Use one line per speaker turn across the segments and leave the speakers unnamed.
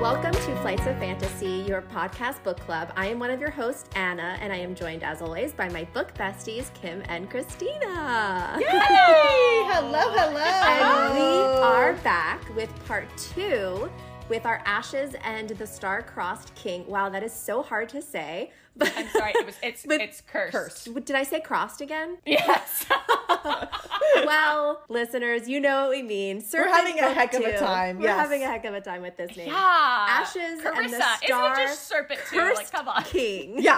Welcome to Flights of Fantasy, your podcast book club. I am one of your hosts, Anna, and I am joined, as always, by my book besties, Kim and Christina.
Hey, hello, hello.
And we are back with part two with our Ashes and the Star-Crossed King. Wow, that is so hard to say. But
I'm sorry. It was it's
But-
it's cursed.
did I say crossed again?
Yes.
well, listeners, you know what we mean. Surfing
having a
book
heck of a
two.
time,
We're
yes.
having a heck of a time with this name.
yeah.
Ashes
Carissa,
and the Star.
Isn't it just serpent too? Like,
Cursed
come on.
King.
Yeah,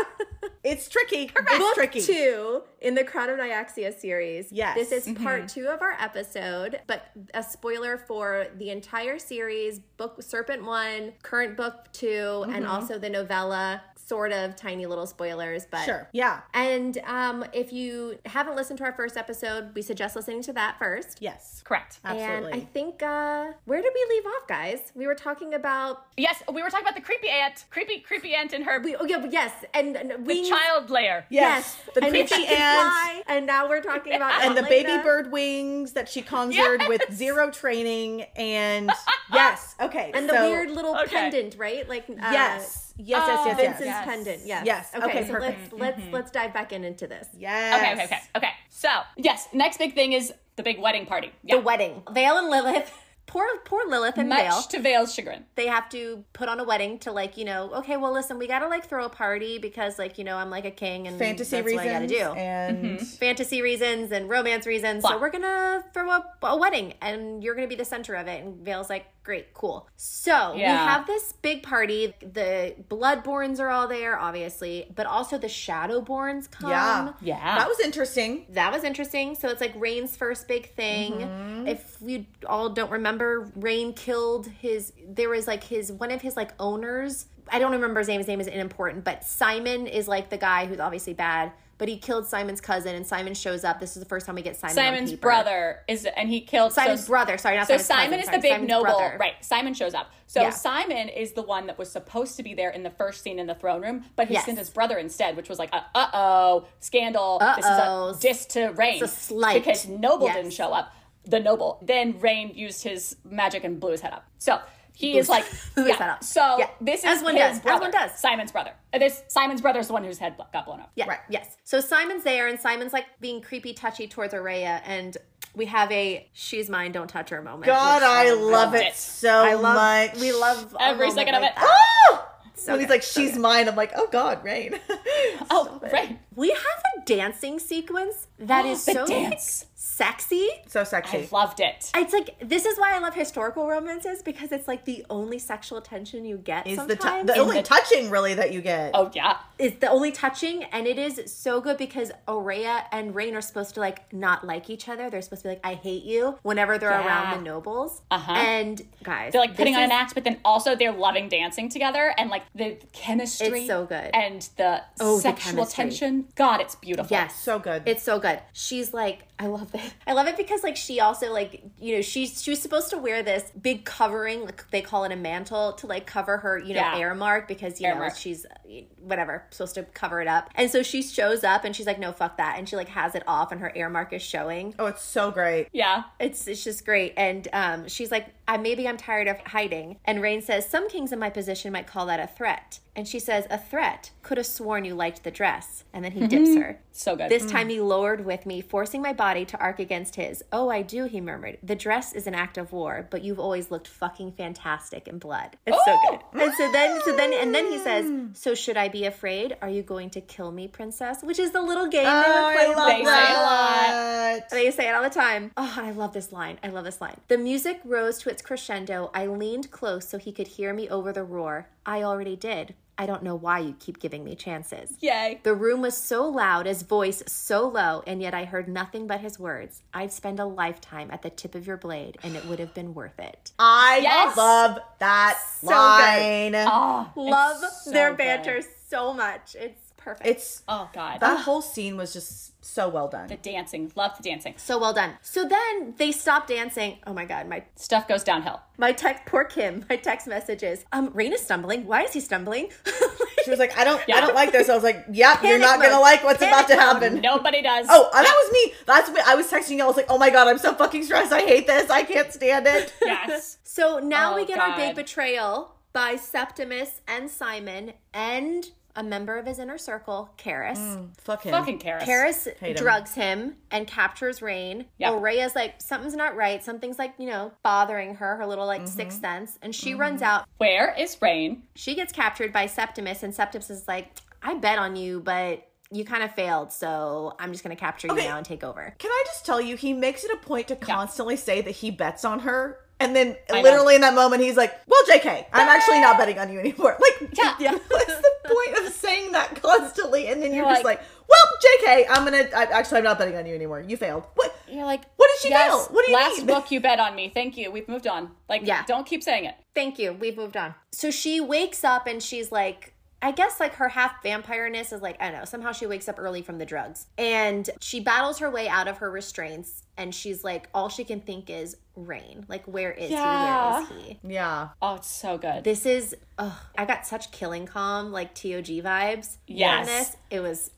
it's tricky. It's
Book
tricky.
two in the Crown of Nyaxia series.
Yes. Mm-hmm.
This is part two of our episode, but a spoiler for the entire series book Serpent One, current book 2
Mm-hmm.
and also the novella. Sort of tiny little spoilers, but
Sure. Yeah.
And um, if you haven't listened to our first episode, we suggest listening to that first.
Yes.
Correct.
Absolutely.
And I think uh, where did we leave off, guys? We were talking about
Yes, we were talking about the creepy aunt, creepy creepy aunt and her
we, oh, yeah, yes, and, and
the
wings.
child layer.
yes. The
and if
creepy
she can
ants
fly, and now we're talking about
and the baby
Atlanta.
bird wings that she conjured with zero training and yes. Okay.
and the
so-
weird little
Okay.
pendant, right? Like uh,
Yes. Yes. Yes.
Oh,
Yes. Yes.
Vincent's
Yes.
pendant. Yes.
Yes.
Okay.
Okay,
so
perfect.
let's let's
Mm-hmm.
let's dive back in into this.
Yes.
Okay, okay,
Mm,
okay. Okay. So, yes, next big thing is the big wedding party. Yeah.
The wedding. Vale and Lilith. Poor poor Lilith and
Much
Vale.
to Vale's chagrin.
they have to put on a wedding to like you know okay well listen we gotta like throw a party because like you know I'm like a king and
Fantasy
that's
reasons.
what I gotta
Mm-hmm.
do.
And
fantasy reasons and romance reasons. So
Blah.
we're gonna throw up a wedding, and you're gonna be the center of it. And Vale's like, great, cool. So we
Yeah.
have this big party. The Bloodborns are all there, obviously, but also the Shadowborns come.
yeah.
Yeah.
That was interesting.
That was interesting. So it's like Rain's first big thing.
Mm-hmm.
If you all don't remember, Rain killed his. There was like his one of his like owners. I don't remember his name. His name is unimportant. But Simon is like the guy who's obviously bad. But he killed Simon's cousin, and Simon shows up. This is the first time we get Simon. on
Simon's
paper.
brother is and he killed so-
Simon's brother. Sorry, not
So
Simon's cousin,
Simon is
sorry,
the big
Simon's
noble,
brother.
right? Simon shows up. So
Yeah.
Simon is the one that was supposed to be there in the first scene in the throne room, but he
Yes.
sent his brother instead, which was like, uh oh, scandal.
Uh-oh.
This is a diss to Rain.
It's a slight.
because Noble
Yes.
didn't show up. The Noble. Then Rain used his magic and blew his head up. So he is like,
Blew his
yeah.
head up.
So
Yeah.
this is
As one
his
does. As
brother,
one does.
Simon's brother. Uh, This Simon's brother is the one whose head got blown up.
Yeah.
Right.
Yes. So Simon's there, and Simon's like being creepy, touchy towards Araya, and we have a "she's mine, don't touch her" moment.
God,
which,
I
um,
love
loved
it
it.
so
I love.
much.
We love a
Every
moment
second of
like
it.
that.
Oh!
So
when he's
good,
like,
so
she's
good.
mine. I'm like, oh God, rain.
Oh, Rain.
We have a dancing sequence that is
The
so like,
dance.
sexy.
so
I
sexy.
loved it.
It's like this is why I love historical romances because it's like the only sexual attention you get
Is the, t-
sometimes.
the only
the-
touching really that you get.
Oh, yeah.
it's the only touching, and it is so good because Aurea and Rain are supposed to like not like each other. They're supposed to be like, "I hate you" whenever they're
Yeah.
around the nobles.
Uh-huh.
And guys,
They're like putting
this
on an
is-
act, but then also they're loving dancing together and like the chemistry.
It's so good.
And the
Oh, the
sexual
chemistry.
tension. God, it's beautiful.
Yes.
So good.
It's so good. She's like, I love it. I love it because like she also like, you know, she's she was supposed to wear this big covering, like they call it a mantle, to like cover her, you know,
Yeah.
air mark because you know
mark.
she's whatever, supposed to cover it up. And so she shows up and she's like, No, fuck that. And she like has it off and her air mark is showing.
oh, it's so great.
Yeah.
It's it's just great. And um, she's like, I maybe I'm tired of hiding. And Rain says, Some kings in my position might call that a threat. And she says, A threat. Could have sworn you liked the dress. And then he dips her.
So good.
Hmm.
This time he lowered with me, forcing my body to arc against his. Oh, I do, he murmured. The dress is an act of war, but you've always looked fucking fantastic in blood. It's so
Oh!
good. And so then, so then, and then he
Hmm.
says, "So should I be afraid? Are you going to kill me, princess?" Which is the little game
Oh,
they
I
were
love
playing.
say
that.
They say it all the time. Oh, I love this line. I love this line. The music rose to its crescendo. I leaned close so he could hear me over the roar. I already did. I don't know why you keep giving me chances.
Yay.
The room was so loud, his voice so low, and yet I heard nothing but his words. I'd spend a lifetime at the tip of your blade, and it would have been worth it.
I
Yes.
love that
good.
line.
Oh, it's
Love
so
their
good.
banter so much. It's perfect.
It's
Oh, God.
that whole scene was just so well done.
the dancing. Love the dancing.
so well done. So then they stop dancing. Oh my god, my
Stuff goes downhill.
my text poor Kim, my text messages. Um, Rain is stumbling. Why is he stumbling?
She was like, I don't, I
Yeah.
don't like this. I was like, Yep, you're
Panic
not gonna
mode.
like what's
Panic
about to
mode.
happen.
Nobody does.
Oh, and that was me. That's what I was texting you. I was like, Oh my god, I'm so fucking stressed. I hate this. I can't stand it.
yes.
so now
Oh,
we get our big
God.
betrayal. by Septimus and Simon and a member of his inner circle, Karis.
Fuck him.
Fucking Karis.
Karis
Hate him.
drugs him and captures Rain.
Yeah.
Aurea's like, something's not right. Something's like, you know, bothering her, her little like
Mm-hmm.
sixth sense. And she runs out.
Where is Rain?
She gets captured by Septimus, and Septimus is like, I bet on you, but you kind of failed. So I'm just going to capture you
Okay.
now and take over.
Can I just tell you, he makes it a point to constantly say that he bets on her. And then
know.
literally in that moment, he's like, well, JK, I'm actually not betting on you anymore. Like,
Yeah.
what's the point of saying that constantly? And then you're,
You're
just like,
like-
well, JK, I'm going to, actually, I'm not betting on you anymore. You failed. What?
You're like,
What did she fail? What do you
last
mean?"
book you bet on me. Thank you. We've moved on. Like,
Yeah.
don't keep saying it.
Thank you. We've moved on. So she wakes up and she's like, I guess like her half vampireness is like, I don't know, somehow she wakes up early from the drugs. And she battles her way out of her restraints and she's like, all she can think is rain. Like, where is he?
Yeah.
Where is he?
Yeah.
Oh, it's so good.
This is, oh, I got such killing calm, like TOG vibes.
Yes.
on This. It was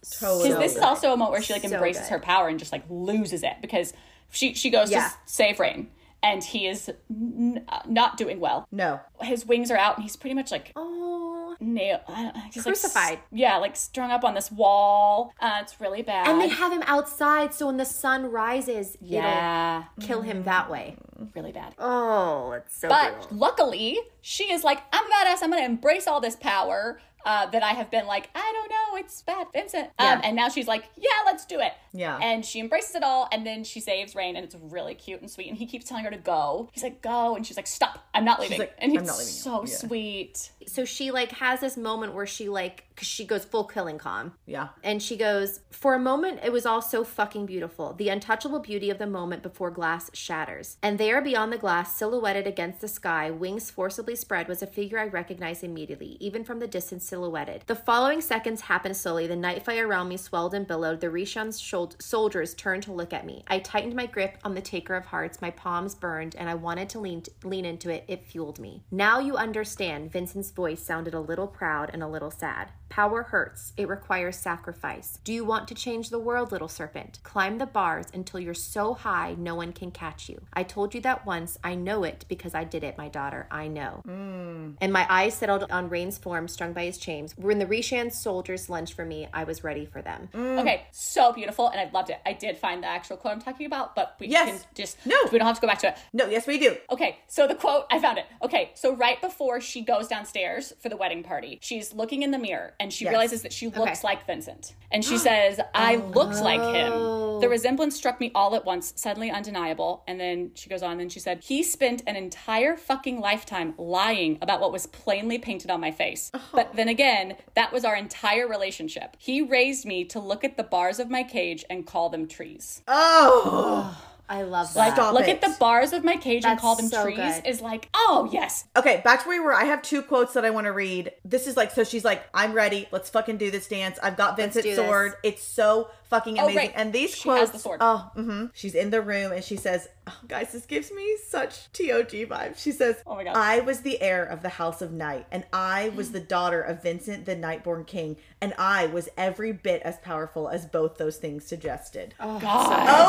so
Totally.
Because this
good.
is also a moment where she like
So
embraces
good.
her power and just like loses it because she she goes
Yeah.
to s- save Rain and he is n- uh, not doing well.
No.
His wings are out and he's pretty much like
Oh.
nailed, I don't, he's like, s-
Crucified.
yeah, like strung up on this wall. Uh, it's really bad.
And they have him outside, so when the sun rises,
yeah,
it'll kill him that way.
really bad.
Oh, it's so
But luckily, she is like, I'm a badass. I'm going to embrace all this power uh, that I have been like, I don't know, it's bad, Vincent. Um, and now she's like, yeah, let's do it.
Yeah.
And she embraces it all. And then she saves Rain. And it's really cute and sweet. And he keeps telling her to go. He's like, go. And she's like, stop. I'm not leaving.
like,
and
"I'm
it's
not leaving you."
so
Yeah.
sweet.
so she like has this moment where she like cause she goes full killing calm
Yeah.
and she goes for a moment it was all so fucking beautiful the untouchable beauty of the moment before glass shatters and there beyond the glass silhouetted against the sky wings forcibly spread was a figure i recognized immediately even from the distance silhouetted the following seconds happened slowly the night fire around me swelled and billowed the rishon's shol- soldiers turned to look at me i tightened my grip on the taker of hearts my palms burned and i wanted to lean lean into it it fueled me now you understand vincent's voice sounded a little proud and a little sad Power hurts. It requires sacrifice. Do you want to change the world, little serpent? Climb the bars until you're so high no one can catch you. I told you that once. I know it because I did it, my daughter. I know.
Hmm.
And my eyes settled on Rain's form strung by his chains. When the Rishan soldiers lunged for me, I was ready for them.
Hmm. Mm.
Okay, so beautiful. And I loved it. I did find the actual quote I'm talking about, but we
Yes.
can just,
No.
we don't have to go back to it.
No, yes, we do.
Okay, so the quote, I found it. Okay, so right before she goes downstairs for the wedding party, she's looking in the mirror and she realizes that she looks like Vincent. And she says, I looked like him.
Oh.
The resemblance struck me all at once, suddenly undeniable. And then she goes on and she said, He spent an entire fucking lifetime lying about what was plainly painted on my face.
Uh-huh.
But then again, that was our entire relationship. He raised me to look at the bars of my cage and call them trees.
Oh.
I love that.
Like,
Stop
look
it.
at the bars of my cage and
That's
call them
so
trees
good.
is like, oh, yes,
Okay, back to where we were. I have two quotes that I want to read. This is like, so she's like, I'm ready. Let's fucking do this dance. I've got Vincent's
do this.
sword. It's so fucking amazing.
Oh, right.
And these
She
quotes.
has the sword.
Oh, hmm she's in the room and she says, oh, guys, this gives me such TOG vibes. She says,
Oh my God.
I was the heir of the House of Night, and I was the daughter of Vincent the Nightborn King, and I was every bit as powerful as both those things suggested. Oh,
God.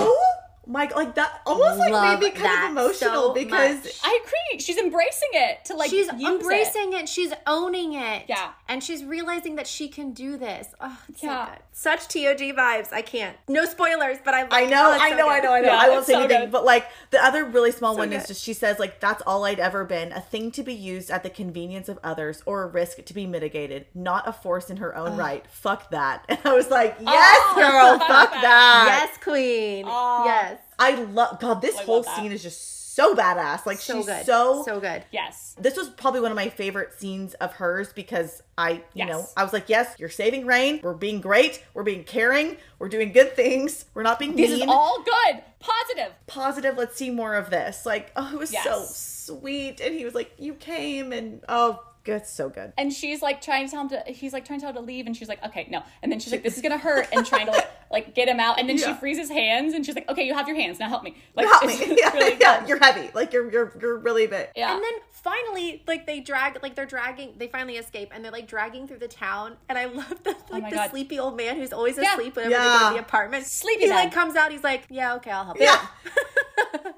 my God. Like that almost like
Love
made me kind
that
of emotional
so
because.
much.
I agree. She's embracing it to like
she's
use
embracing it. She's owning it.
Yeah.
And she's realizing that she can do this. Oh, it's
Yeah.
so good. Such TOG vibes. I can't. No spoilers, but I love
I know,
oh, it's
I
so
know, I
good.
know, I know.
Yeah,
I won't
it's
say
so
anything,
good.
but like the other really small one is
good.
just she says like that's all I'd ever been, a thing to be used at the convenience of others or a risk to be mitigated, not a force in her own right. Fuck that. And I was like, yes,
Oh,
girl,
fuck
fuck
that.
that.
Yes, queen.
Aw.
yes.
I love God. This
I love
whole
that.
scene is just so badass. Like
So
she's
good.
so
so good.
it. Yes.
this was probably one of my favorite scenes of hers because I, you
Yes.
know, I was like, yes, you're saving Rain. We're being great. We're being caring. We're doing good things. We're not being
This
mean
is all good. Positive.
positive let's see more of this like oh it was
Yes.
so sweet and he was like you came and oh that's so good
And she's like trying to tell him to he's like trying to tell her to leave and she's like, okay, no. And then she's like, this is gonna hurt and trying to like like get him out. And then
Yeah.
she frees his hands and she's like, Okay, you have your hands, now help me. Like
help
it's
me yeah,
really
yeah
good.
you're heavy like you're you're you're really big
Yeah.
And then finally, like they drag, like they're dragging, they finally escape, and they're like dragging through the town. And I love the like
Oh my
the
God.
sleepy old man who's always
Yeah.
asleep whenever they go
Yeah.
to the apartment.
Sleepy
He
man.
like comes out. He's like, yeah, okay, I'll help. you.
yeah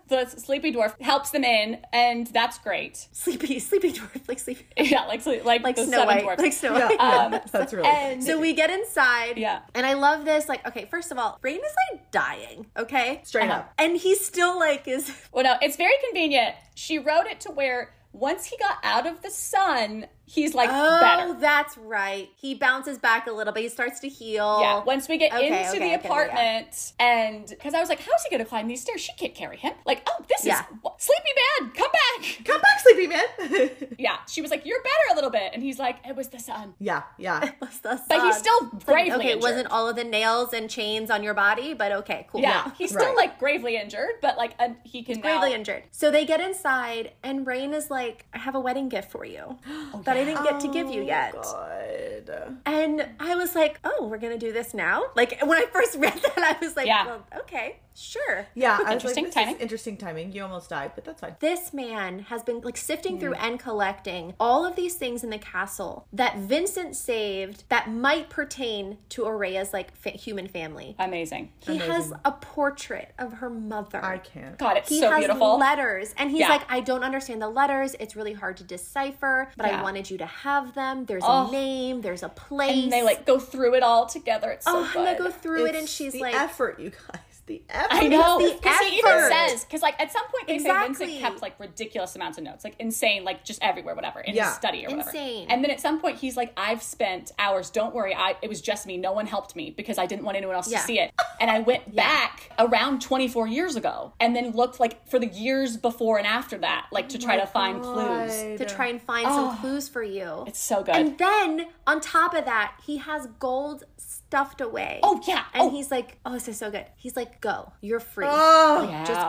the sleepy dwarf helps them in, and that's great.
Sleepy, sleepy dwarf, like sleepy,
Yeah, like like, like
like
the
Snow
seven
White,
dwarfs.
like Snow
Yeah.
White.
Um,
That's really
and
So we get inside.
Yeah.
And I love this. Like, okay, first of all, Rain is like dying, okay?
straight
Uh-huh.
up.
And he still like is
well, no, it's very convenient. She wrote it to where once he got out of the sun, he's like
Oh,
better.
that's right. He bounces back a little bit. He starts to heal.
Yeah, once we get
Oh, Okay,
into
okay,
the
okay,
apartment, and because I was like, how's he going to climb these stairs? She can't carry him. Like, oh, this
Yeah.
is wh- sleepy man, come back.
Come back, sleepy man.
Yeah, she was like, you're better a little bit. And he's like, it was the sun.
yeah, yeah.
Bless the
But he's
sun.
still bravely
Uh, Okay, it
injured.
wasn't all of the nails and chains on your body, but okay, cool.
yeah, he's still
right.
like gravely injured, but like uh, he can now.
Gravely injured. So they get inside, and Rain is like, I have a wedding gift for you
Oh,
that I didn't get to give you yet.
God.
And I was like, oh, we're going to do this now? Like, when I first read that, I was like,
Yeah.
well, okay, sure.
Yeah, I was
Interesting
like, this
timing.
Is interesting timing. You almost died, but that's fine.
This man has been like sifting through
Hmm.
and collecting all of these things in the castle that Vincent saved that might pertain to Aurea's like fa- human family.
Amazing.
He has a portrait of her mother.
I can't.
God, it's
he
so
has
beautiful.
letters and he's
Yeah.
like i don't understand the letters it's really hard to decipher but
Yeah.
i wanted you to have them there's
Oh.
a name there's a place
and they like go through it all together. It's so
oh and they
good.
go through it and
It's
she's
the
like
effort, you guys. The effort.
I know
the
because he even
effort.
says because like at some point they say
Exactly.
Vincent kept like ridiculous amounts of notes, like insane, like just everywhere, whatever, in
Yeah.
his study or whatever.
Insane.
And then at some point he's like, "I've spent hours. Don't worry, I it was just me. No one helped me because I didn't want anyone else
Yeah.
to see it. And I went back around 24 years ago and then looked like for the years before and after that, like to
Oh
try to find clues.
to try and find some clues for you
Oh. It's so good.
and then on top of that he has gold stuffed away
oh yeah.
and
oh,
he's like oh this is so good he's like go you're free
Oh, Mm.
Like,
Wow.
just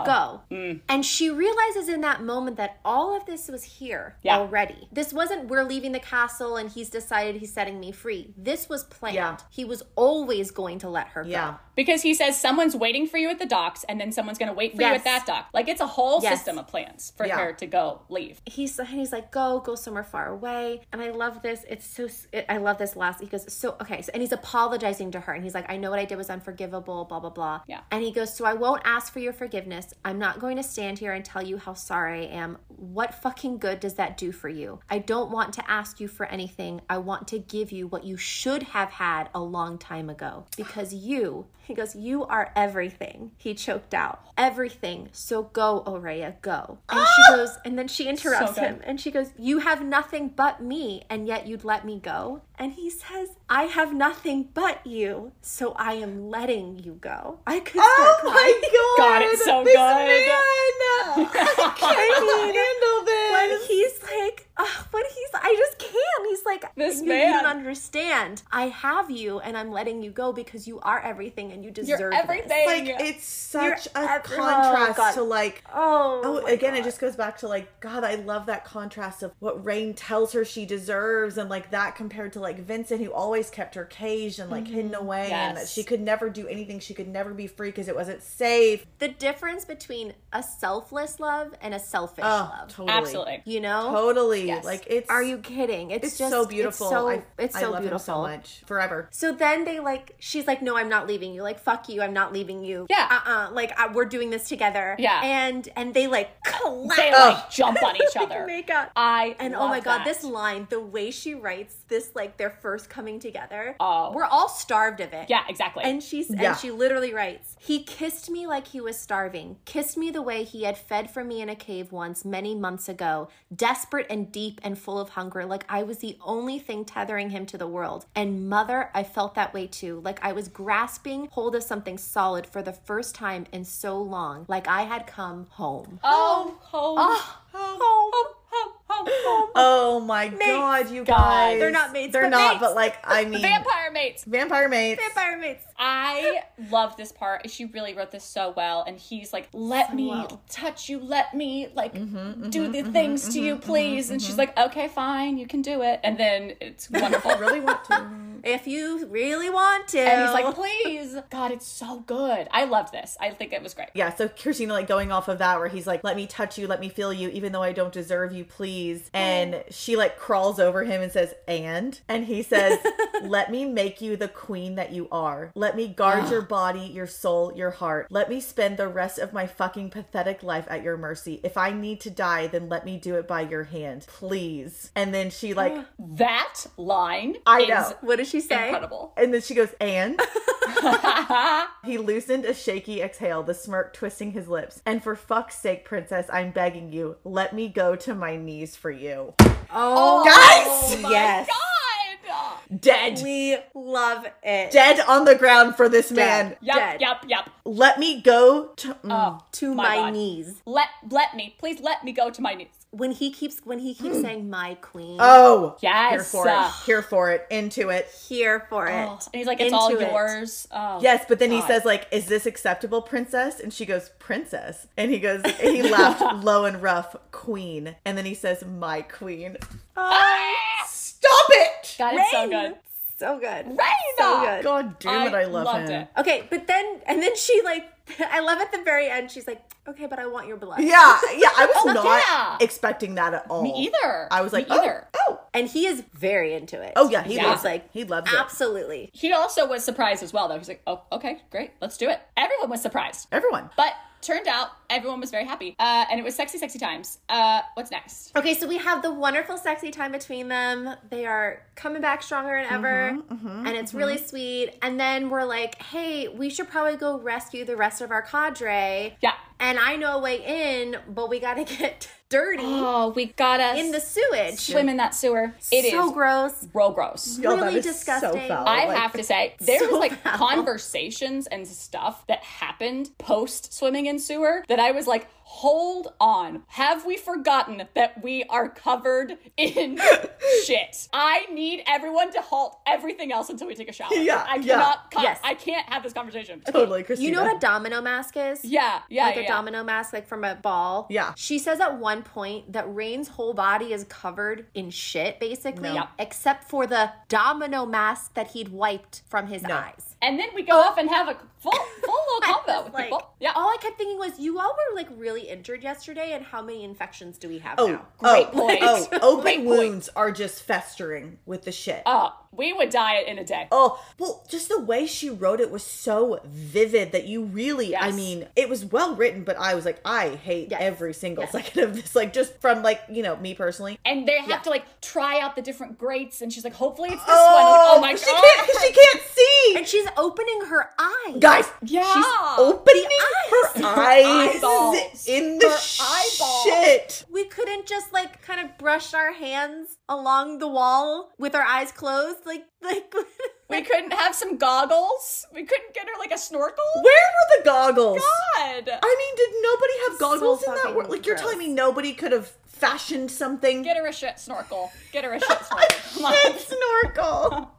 go and she realizes in that moment that all of this was here
Yeah.
already this wasn't we're leaving the castle and he's decided he's setting me free this was planned
Yeah.
he was always going to let her
yeah.
go
Because he says someone's waiting for you at the docks, and then someone's going to wait for you
Yes.
at that dock. Like it's a whole
Yes.
system of plans for
Yeah.
her to go leave.
he's and he's like go go somewhere far away and i love this it's so s- it, i love this last he goes so okay so, and he's apologizing to her and he's like i know what i did was unforgivable blah blah blah
Yeah.
and he goes so i won't ask for your forgiveness i'm not going to stand here and tell you how sorry i am what fucking good does that do for you i don't want to ask you for anything i want to give you what you should have had a long time ago because you he goes you are everything he choked out everything so go aurea go and she goes and then she interrupts interrupts
So good.
him and she goes, You have nothing but me, and yet you'd let me go. And he says, I have nothing but you, so I am letting you go. I could start
Oh
crying.
my god!
God, it's so
this
good.
Man, I can't handle
And
this.
he's like, oh, what he's, I just can't. He's like,
This
you,
man.
you don't understand. I have you, and I'm letting you go because you are everything, and you deserve
You're
this."
everything.
Like it's such
You're
a
ev- oh,
contrast
God.
to like.
Oh,
Oh,
my
again, it
God.
just goes back to like, God, I love that contrast of what Rain tells her she deserves, and like that compared to like Vincent, who always kept her caged and like hidden away, and that
Mm-hmm. Yes.
she could never do anything, she could never be free because it wasn't safe.
the difference between a selfless love and a selfish
Oh,
love.
totally,
Absolutely.
You know?
totally.
Yes.
Like it's
Are you kidding? It's,
It's
just
so beautiful.
It's so,
I,
it's
I
so
love
beautiful.
him so much forever.
So then they like, she's like, no, I'm not leaving you. Like, fuck you, I'm not leaving you.
Yeah.
Uh uh Like, uh, we're doing this together.
Yeah.
And and they like collapse.
They like jump on each
They
other.
make up.
I
and oh
love
my god,
that.
this line, the way she writes this, like their first coming together.
Oh.
We're all starved of it.
yeah exactly.
And she's
Yeah.
and she literally writes, He kissed me like he was starving, kissed me the way he had fed for me in a cave once many months ago, desperate and deep and full of hunger, like I was the only thing tethering him to the world. And mother, I felt that way too, like I was grasping hold of something solid for the first time in so long, like I had come home. Oh,
oh home,
home.
home, home, home, home.
Oh my god, you guys.
They're not mates,
They're
but
not,
mates.
but like I mean
Vampire mates.
vampire mates.
Vampire mates.
I love this part. She really wrote this so well. And he's like, let me
well.
touch you. Let me, like,
Mm-hmm,
do the things to you, please. and she's like, okay, fine. You can do it. And then it's wonderful.
really want to.
If you really want to.
And he's like, please. God, it's so good. I love this. I think it was great.
Yeah, so Christina like going off of that where he's like, Let me touch you, let me feel you, even though I don't deserve you, please.
Mm.
keys and she like crawls over him and says, and? And he says, let me make you the queen that you are. Let me guard your body, your soul, your heart. Let me spend the rest of my fucking pathetic life at your mercy. If I need to die, then let me do it by your hand, please. And then she like,
That line
I
is
know.
What did she say?
incredible.
and then she goes, and? He loosened a shaky exhale, the smirk twisting his lips. And for fuck's sake, princess, I'm begging you, let me go to my knees for you.
Oh,
Guys!
my yes.
God!
Dead.
We love it.
Dead on the ground for this man.
Yep,
Dead.
yep, yep.
Let me go to. mm,
Oh,
to
my
my,
God.
knees.
let let me, please let me go to my knees.
When he keeps when he keeps saying my queen.
Mm. oh.
Yes.
Here for it. Here for it. Into it.
Here for it.
Oh, and he's like, it's all
Into it.
yours. Oh,
Yes, but then he
God.
says, like, is this acceptable, princess? And she goes, princess. And he goes, and he laughed low and rough, queen. And then he says, my queen.
Ah!
Stop it!
God, it's so
Rain.
good.
So good.
Rain.
So good.
God damn it, I, love
loved
him.
it.
Okay, but then and then she like I love at the very end she's like, "Okay, but I want your blood."
Yeah, yeah. I was not
Oh, yeah.
expecting that at all.
Me either.
I was like,
Me
oh,
either.
oh,
And he is very into it.
oh, yeah. He
Yeah.
loves
Like
like he loves it.
Absolutely.
He also was surprised as well, though. He's like, oh, okay, great, let's do it. Everyone was surprised,
Everyone.
but turned out everyone was very happy, uh, and it was sexy, sexy times. Uh, what's next?
Okay, so we have the wonderful sexy time between them. They are coming back stronger than ever,
Mm-hmm,
and it's really sweet. And then we're like, "Hey, we should probably go rescue the rest of our cadre."
Yeah.
And I know a way in, but we got to get dirty
Oh, we gotta
in the sewage.
swim in that sewer. It is
so gross.
real gross.
Y'all,
really
that is
disgusting.
So foul.
I
Like,
have to say, there
so
was like
foul.
conversations and stuff that happened post swimming in sewer that I was like, hold on. Have we forgotten that we are covered in shit? I need everyone to halt everything else until we take a shower.
Yeah,
I
yeah.
cannot con-
Yes.
I can't have this conversation.
totally, Christina.
You know what a domino mask is?
Yeah, yeah,
like
yeah.
a
yeah.
domino mask, like from a ball.
Yeah.
She says at one point that Rain's whole body is covered in shit, basically,
Yeah.
except for the domino mask that he'd wiped from his eyes.
and then we go off and have a full, full little combo
Just
with
like- "Oh."
people. Yeah.
All I kept thinking was, you all were like really injured yesterday, and how many infections do we have
Oh,
now?
oh,
Great point.
oh, open
Great point.
wounds are just festering with the shit.
Oh, we would die in a day.
Oh, well, just the way she wrote it was so vivid that you really, I
Yes.
mean, it was well written, but I was like, I hate
Yes.
every single
Yes.
second of this. Like, just from, like, you know, me personally.
And they have to like try out the different grates, and she's like, "Hopefully it's this one."
Oh,
Like, oh my
she
god!
Can't, she can't see!
And she's opening her eyes.
Guys,
Yeah.
she's opening
The
her eyes,
eyeballs.
in the
Her eyeballs.
shit.
We couldn't just like kind of brush our hands along the wall with our eyes closed, like like.
We couldn't have some goggles. We couldn't get her like a snorkel.
Where were the goggles?
God.
I mean, did nobody have goggles in that
fucking
world? Like, you're
gross.
telling me nobody could have fashioned something?
Get her a shit snorkel. Get her a shit snorkel. Come on.
shit snorkel.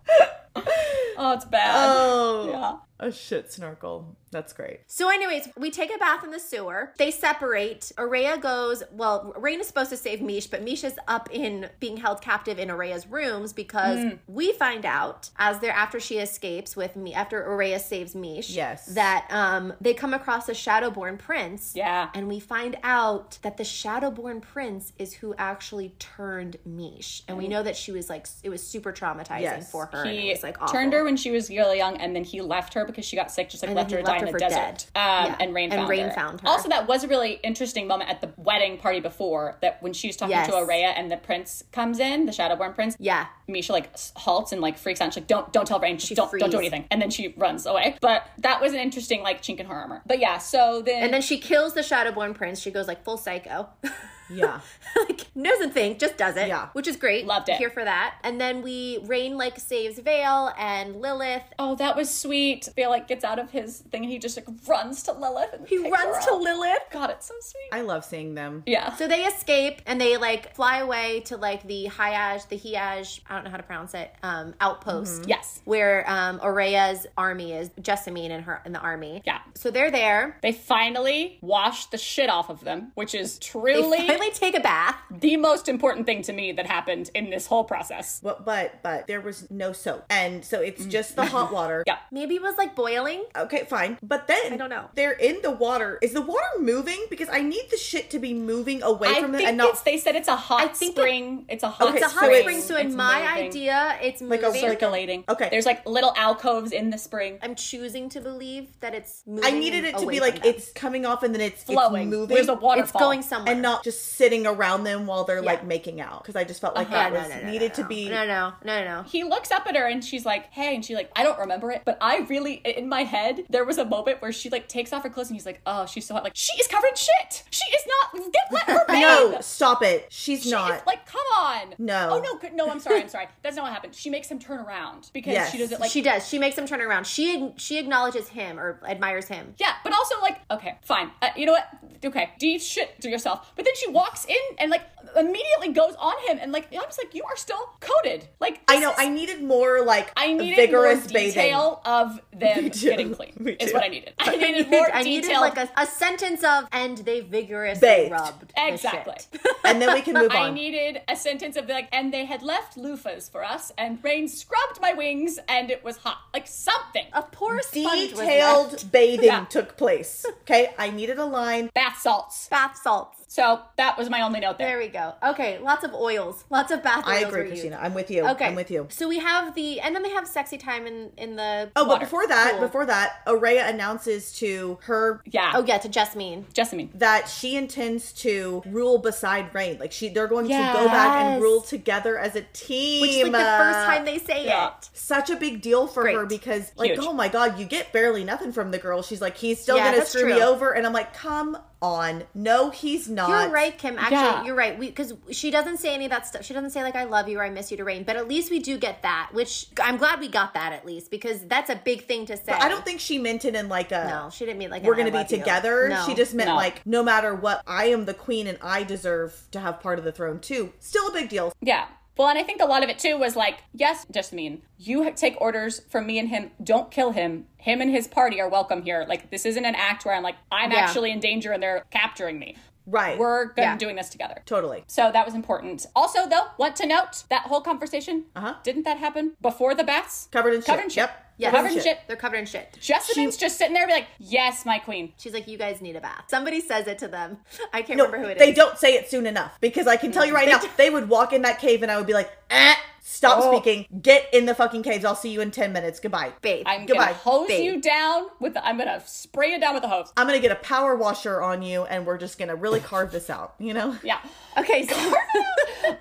Oh, it's bad.
Oh,
Yeah.
a shit snorkel. That's great.
So, anyways, we take a bath in the sewer. They separate. Araya goes, well, Rain is supposed to save Mish, but Mish is up in being held captive in Araya's rooms because we find out as they're after she escapes with me after Araya saves Mish.
Yes.
That um they come across a Shadowborn prince.
Yeah.
And we find out that the Shadowborn prince is who actually turned Mish. And we know that she was like it was super traumatizing
Yes.
for her. and it
Mm. He
was like awful.
turned her when she was really young, and then he left her because she got sick. Just like
And
left her
then he
to die
left
in
her
the
for
desert.
dead.
Um,
Yeah.
And rain
And
found
Rain
her.
found her.
Also, that was a really interesting moment at the wedding party before that when she was talking
Yes.
to Araya and the prince comes in, the Shadowborn prince.
Yeah.
Misha like s- halts and like freaks out. She's like, "Don't, don't tell Rain. Just don't, don't
frees.
do anything." And then she runs away. But that was an interesting like chink in her armor. But yeah, so then,
And then she kills the Shadowborn prince. She goes like full psycho.
Yeah.
like knows a thing, just does it.
Yeah.
Which is great.
Loved it.
Here for that. And then we Rain like saves Vale and Lilith.
oh, that was sweet. Feel like gets out of his thing and he just like runs to Lilith. And
He
picks her
runs to
up.
Lilith.
God, it's so sweet.
I love seeing them.
yeah.
So they escape and they like fly away to like the Hayaj, the Hiaj, I don't know how to pronounce it, um, outpost.
yes.
Where um Aurea's army is Jessamine and her in the army.
Yeah.
So they're there.
They finally wash the shit off of them, which is truly
finally finally take a bath.
the most important thing to me that happened in this whole process.
Well, but but there was no soap, and so it's just the hot water.
Mm. Yeah.
Maybe it was like boiling.
Okay, fine. But then
I don't know.
They're in the water. Is the water moving? Because I need the shit to be moving away
I
from it
think
and not
it's, they said it's a hot
I think it-
spring. it's a hot
Okay,
It's a
so
hot
it's-
spring, so in
it's
my
moving,
idea, it's
a
moving.
circle.
circulating.
Okay.
There's like little alcoves in the spring.
I'm choosing to believe that it's moving.
I needed it to
away
be
from
like
them.
it's coming off and then it's
Flowing.
It's moving.
There's a waterfall.
it's going somewhere.
and not just sitting around them while they're like making out because I just felt like
Yeah,
that was needed
Uh-huh. no,
to be
No, no, no, no.
he looks up at her and she's like, "Hey," and she like, "I don't remember it, but I really in my head there was a moment where she like takes off her clothes and he's like, "Oh, she's so hot." Like she is covered in shit. She is not. Get let her bathe.
no stop it she's
She
not
is, like, come on.
No.
Oh no, c- no. I'm sorry. I'm sorry. That's not what happened. She makes him turn around because
Yes.
she does it like
she does. She makes him turn around. She she acknowledges him or admires him.
Yeah, but also like, okay, fine. Uh, you know what? Okay, do you shit to yourself. But then she walks in and like immediately goes on him and like I'm just like, you are still coated. Like
I
this
know
is-
I needed more like
I needed
vigorous
more detail of them
Me too.
getting clean.
Me
Is
too.
what I needed. I needed more
I needed
detail.
like a, a sentence of and they vigorously
Bathed.
rubbed
exactly.
The shit.
bathing and then we can move
I
on
needed a sentence of like, and they had left loofahs for us, and rain scrubbed my wings, and it was hot. Like something.
A poor sponge was left.
detailed bathing
Yeah.
took place okay I needed a line
Bath salts.
bath salts.
So that was my only note there.
There we go. Okay, lots of oils, lots of bath
I
oils. were
agree
used.
Christina I'm with you
Okay,
I'm with you
So we have the, and then they have sexy time in in the.
oh but
water.
before that
Cool.
before that Araya announces to her
Yeah.
oh yeah, to Jessamine.
Jessamine.
that she intends to rule beside Rain. Like she, they're going to go back
Yes.
and rule together as a team.
Which is like the first
Uh,
time they say
Yeah.
it.
Such a big deal for her
Great.
because, like,
Huge.
oh my god, you get barely nothing from the girl. She's like, he's still
Yeah,
gonna
that's
screw me
true.
over, and I'm like, come on, no, he's not.
You're right, Kim. Actually,
Yeah.
you're right. Because she doesn't say any of that stuff. She doesn't say like "I love you" or "I miss you" to Rain. But at least we do get that, which I'm glad we got that at least because that's a big thing to say.
I don't think she meant it in like a.
No, she didn't mean like
We're
an I
gonna be
love you.
together.
No.
She just meant
No.
like, no matter what, I am the queen and I deserve to have part of the throne too. Still a big deal.
Yeah. Well, and I think a lot of it too was like, yes, Jessamine, you ha- take orders from me and him. Don't kill him. Him and his party are welcome here. Like, this isn't an act where I'm like, I'm
Yeah.
actually in danger and they're capturing me.
Right.
We're gonna
Yeah.
doing this together.
totally.
So that was important. Also, though, want to note that whole conversation
Uh-huh.
didn't that happen before the baths?
Covered in shit.
Covered in shit.
Yep.
Yeah,
Covered in shit.
They're covered in shit.
Jessamine's just sitting there, be like, "Yes, my queen."
She's like, "You guys need a bath." Somebody says it to them. I can't
No,
remember who it is. Mm-hmm.
they don't say it soon enough because I can tell you right now, they would walk in that cave and I would be like, eh, stop
Oh.
speaking, get in the fucking caves. I'll see you in 10 minutes. Goodbye.
Babe,
I'm
Goodbye,
gonna hose
babe.
you down with. The, I'm gonna spray you down with a hose.
I'm going to get a power washer on you and we're just going to really carve this out, you know?
Yeah.
okay. So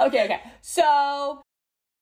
Okay. Okay. So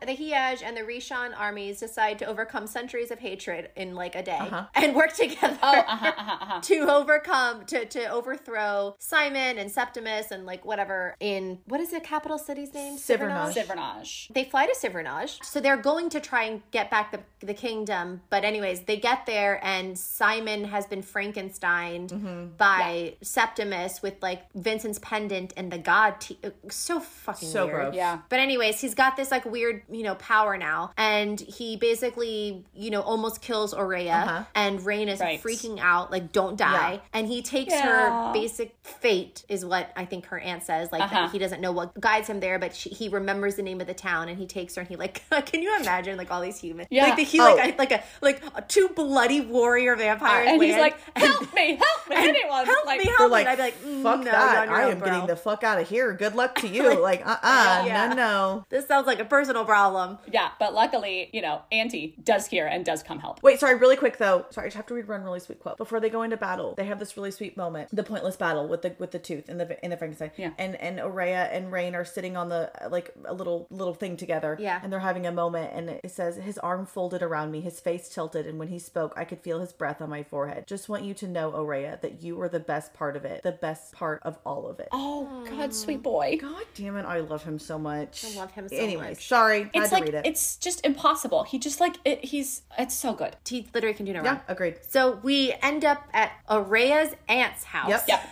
the Hiaj and the Rishon armies decide to overcome centuries of hatred in like a day and work together. to overcome to to overthrow Simon and Septimus and like whatever in what is the capital city's name?
Sivernage.
Sivernage.
They fly to Sivernage. So they're going to try and get back the, the kingdom. But anyways, they get there and Simon has been Frankensteined
Mm-hmm.
by Septimus with like Vincent's pendant and the god te- uh, so fucking
So
weird.
gross.
Yeah.
But anyways, he's got this like weird, you know, power now, and he basically, you know, almost kills Aurea, and Rain is
Right.
freaking out, like, "Don't die!"
Uh-huh. Yeah.
And he takes
Yeah.
her basic fate, is what I think her aunt says. Like, that
Oh. Uh-huh.
he doesn't know what guides him there, but she, he remembers the name of the town, and he takes her, and he like, can you imagine like all these humans,
Yeah.
like the he
Oh.
like I, like a like two bloody warrior vampires,
And he's
land,
like, "Help me! Help me!
and
Anyone?
help
like,
me, help
They're
me!"
like,
And I'd be like, "Mm,
fuck
no,
that.
you're on your
I
own,
am getting
bro."
the fuck out of here. Good luck to you. like, uh uh
Yeah.
no, no.
This sounds like a personal problem.
Yeah, but luckily, you know, Auntie does hear and does come help.
Wait, sorry, really quick though. Sorry, I just have to read one really sweet quote before they go into battle. They have this really sweet moment, the pointless battle with the with the tooth and the in the Frankenstein.
Yeah.
And and Aurea and Rain are sitting on the uh, like a little little thing together.
Yeah.
And they're having a moment, and it says his arm folded around me, his face tilted, and when he spoke, I could feel his breath on my forehead. Just want you to know, Aurea, that you were the best part of it, the best part of all of it.
Oh, God, sweet boy.
God damn it, I love him so much. I
love him so
anyway,
much.
sorry,
It's
had
like
to read it.
it's just impossible. He just like it, he's it's so good.
He literally can do no
yeah,
wrong.
agreed.
So we end up at Araya's aunt's house.
Yep.
Yep.